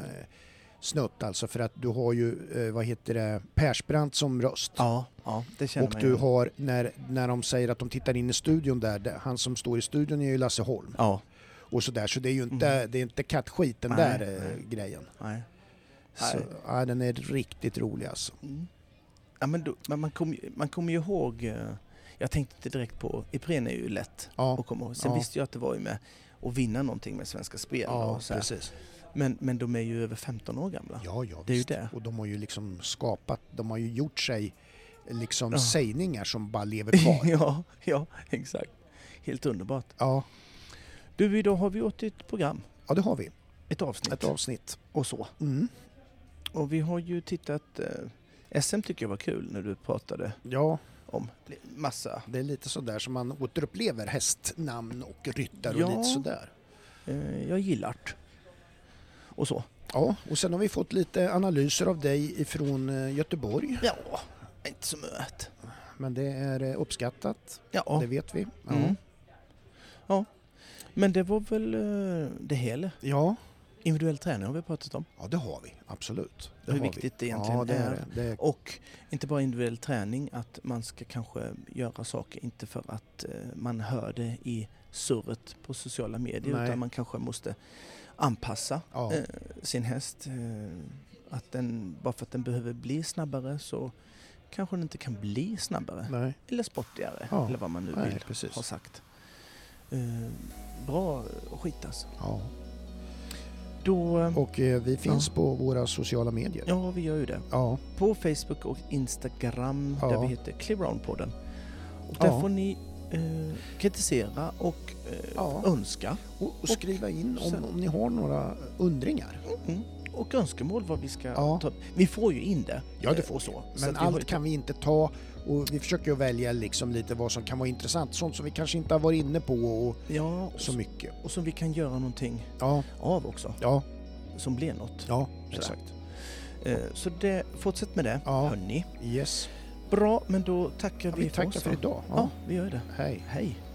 Speaker 2: reklamsnutt alltså för att du har ju, eh, vad heter det, Persbrandt som röst.
Speaker 1: Ja, ja det känner
Speaker 2: Och
Speaker 1: man
Speaker 2: du
Speaker 1: ju.
Speaker 2: har, när, när de säger att de tittar in i studion där, det- han som står i studion är ju Lasse Holm.
Speaker 1: Ja. Mm.
Speaker 2: Och sådär, så det är ju inte, det är inte kattskit den
Speaker 1: Nej,
Speaker 2: där eh,
Speaker 1: nej.
Speaker 2: grejen.
Speaker 1: Nej.
Speaker 2: Så,
Speaker 1: Nej. Mm,
Speaker 2: ja, den är riktigt rolig alltså.
Speaker 1: Ja, men då, men man kommer ju- man kommer ju ihåg... eh, Jag tänkte inte direkt på... Ipren är ju lätt
Speaker 2: Ja.
Speaker 1: att komma ihåg. Sen
Speaker 2: Ja.
Speaker 1: visste jag att det var ju med att vinna någonting med Svenska Spel.
Speaker 2: Ja,
Speaker 1: och så här.
Speaker 2: precis.
Speaker 1: men, men de är ju över 15 år gamla.
Speaker 2: Ja, ja,
Speaker 1: Det är ju
Speaker 2: visst.
Speaker 1: det.
Speaker 2: Och de har ju liksom skapat, de har ju gjort sig liksom
Speaker 1: Ja.
Speaker 2: sägningar som bara lever kvar.
Speaker 1: ja, ja, exakt. Helt underbart.
Speaker 2: ja.
Speaker 1: Du, idag har vi åt ett program,
Speaker 2: ja, det har vi.
Speaker 1: ett avsnitt
Speaker 2: Ett avsnitt.
Speaker 1: och så.
Speaker 2: Mm.
Speaker 1: Och vi har ju tittat... Eh, SM tycker jag var kul när du pratade
Speaker 2: Ja,
Speaker 1: om massa
Speaker 2: det är lite sådär som man återupplever hästnamn och ryttare och
Speaker 1: Ja.
Speaker 2: lite sådär.
Speaker 1: Eh, jag gillart. Och så.
Speaker 2: Ja, och sen har vi fått lite analyser av dig ifrån eh, Göteborg.
Speaker 1: Ja, inte så mycket.
Speaker 2: Men det är eh, uppskattat,
Speaker 1: Ja.
Speaker 2: det vet vi. Ja.
Speaker 1: Mm. ja. Men det var väl eh, det hela
Speaker 2: ja,
Speaker 1: Individuell träning har vi pratat om.
Speaker 2: Ja, det har vi. Absolut. Det
Speaker 1: hur
Speaker 2: har vi.
Speaker 1: viktigt det egentligen
Speaker 2: Ja, det
Speaker 1: är.
Speaker 2: är det. Det är-
Speaker 1: Och inte bara individuell träning, att man ska kanske göra saker inte för att eh, man hör det i surret på sociala medier
Speaker 2: Nej.
Speaker 1: utan man kanske måste anpassa
Speaker 2: Ja.
Speaker 1: eh, sin häst. Eh, att den, bara för att den behöver bli snabbare så kanske den inte kan bli snabbare.
Speaker 2: Nej.
Speaker 1: Eller sportigare,
Speaker 2: Ja.
Speaker 1: eller vad man nu
Speaker 2: Nej,
Speaker 1: vill
Speaker 2: precis.
Speaker 1: ha sagt. Eh, bra skit alltså.
Speaker 2: Ja.
Speaker 1: Då, eh,
Speaker 2: Och eh, vi finns på våra sociala medier.
Speaker 1: Ja, vi gör ju det.
Speaker 2: Ja.
Speaker 1: På Facebook och Instagram
Speaker 2: Ja.
Speaker 1: där vi heter ClearOn-podden. Och där
Speaker 2: Ja.
Speaker 1: får ni eh, kritisera och eh, önska.
Speaker 2: Och, och skriva in om,
Speaker 1: sen-
Speaker 2: om ni har några undringar.
Speaker 1: Mm. Och önskemål vad vi ska
Speaker 2: Ja.
Speaker 1: ta Vi får ju in det.
Speaker 2: Ja, det
Speaker 1: eh,
Speaker 2: får
Speaker 1: och
Speaker 2: så.
Speaker 1: Så att
Speaker 2: Men
Speaker 1: vi har ju-
Speaker 2: allt kan vi inte ta och vi försöker ju välja liksom lite vad som kan vara intressant. Sånt som vi kanske inte har varit inne på och
Speaker 1: Ja,
Speaker 2: så mycket.
Speaker 1: och som vi kan göra någonting
Speaker 2: Ja,
Speaker 1: av också.
Speaker 2: ja,
Speaker 1: Som blir något.
Speaker 2: ja,
Speaker 1: Sådär.
Speaker 2: exakt.
Speaker 1: Eh, så det, fortsätt med det,
Speaker 2: Ja.
Speaker 1: hörni.
Speaker 2: Yes.
Speaker 1: Bra, men då tackar
Speaker 2: Ja,
Speaker 1: vi,
Speaker 2: vi tackar
Speaker 1: oss
Speaker 2: för
Speaker 1: då.
Speaker 2: idag.
Speaker 1: Ja.
Speaker 2: Ja.
Speaker 1: vi gör det.
Speaker 2: Hej.
Speaker 1: Hej.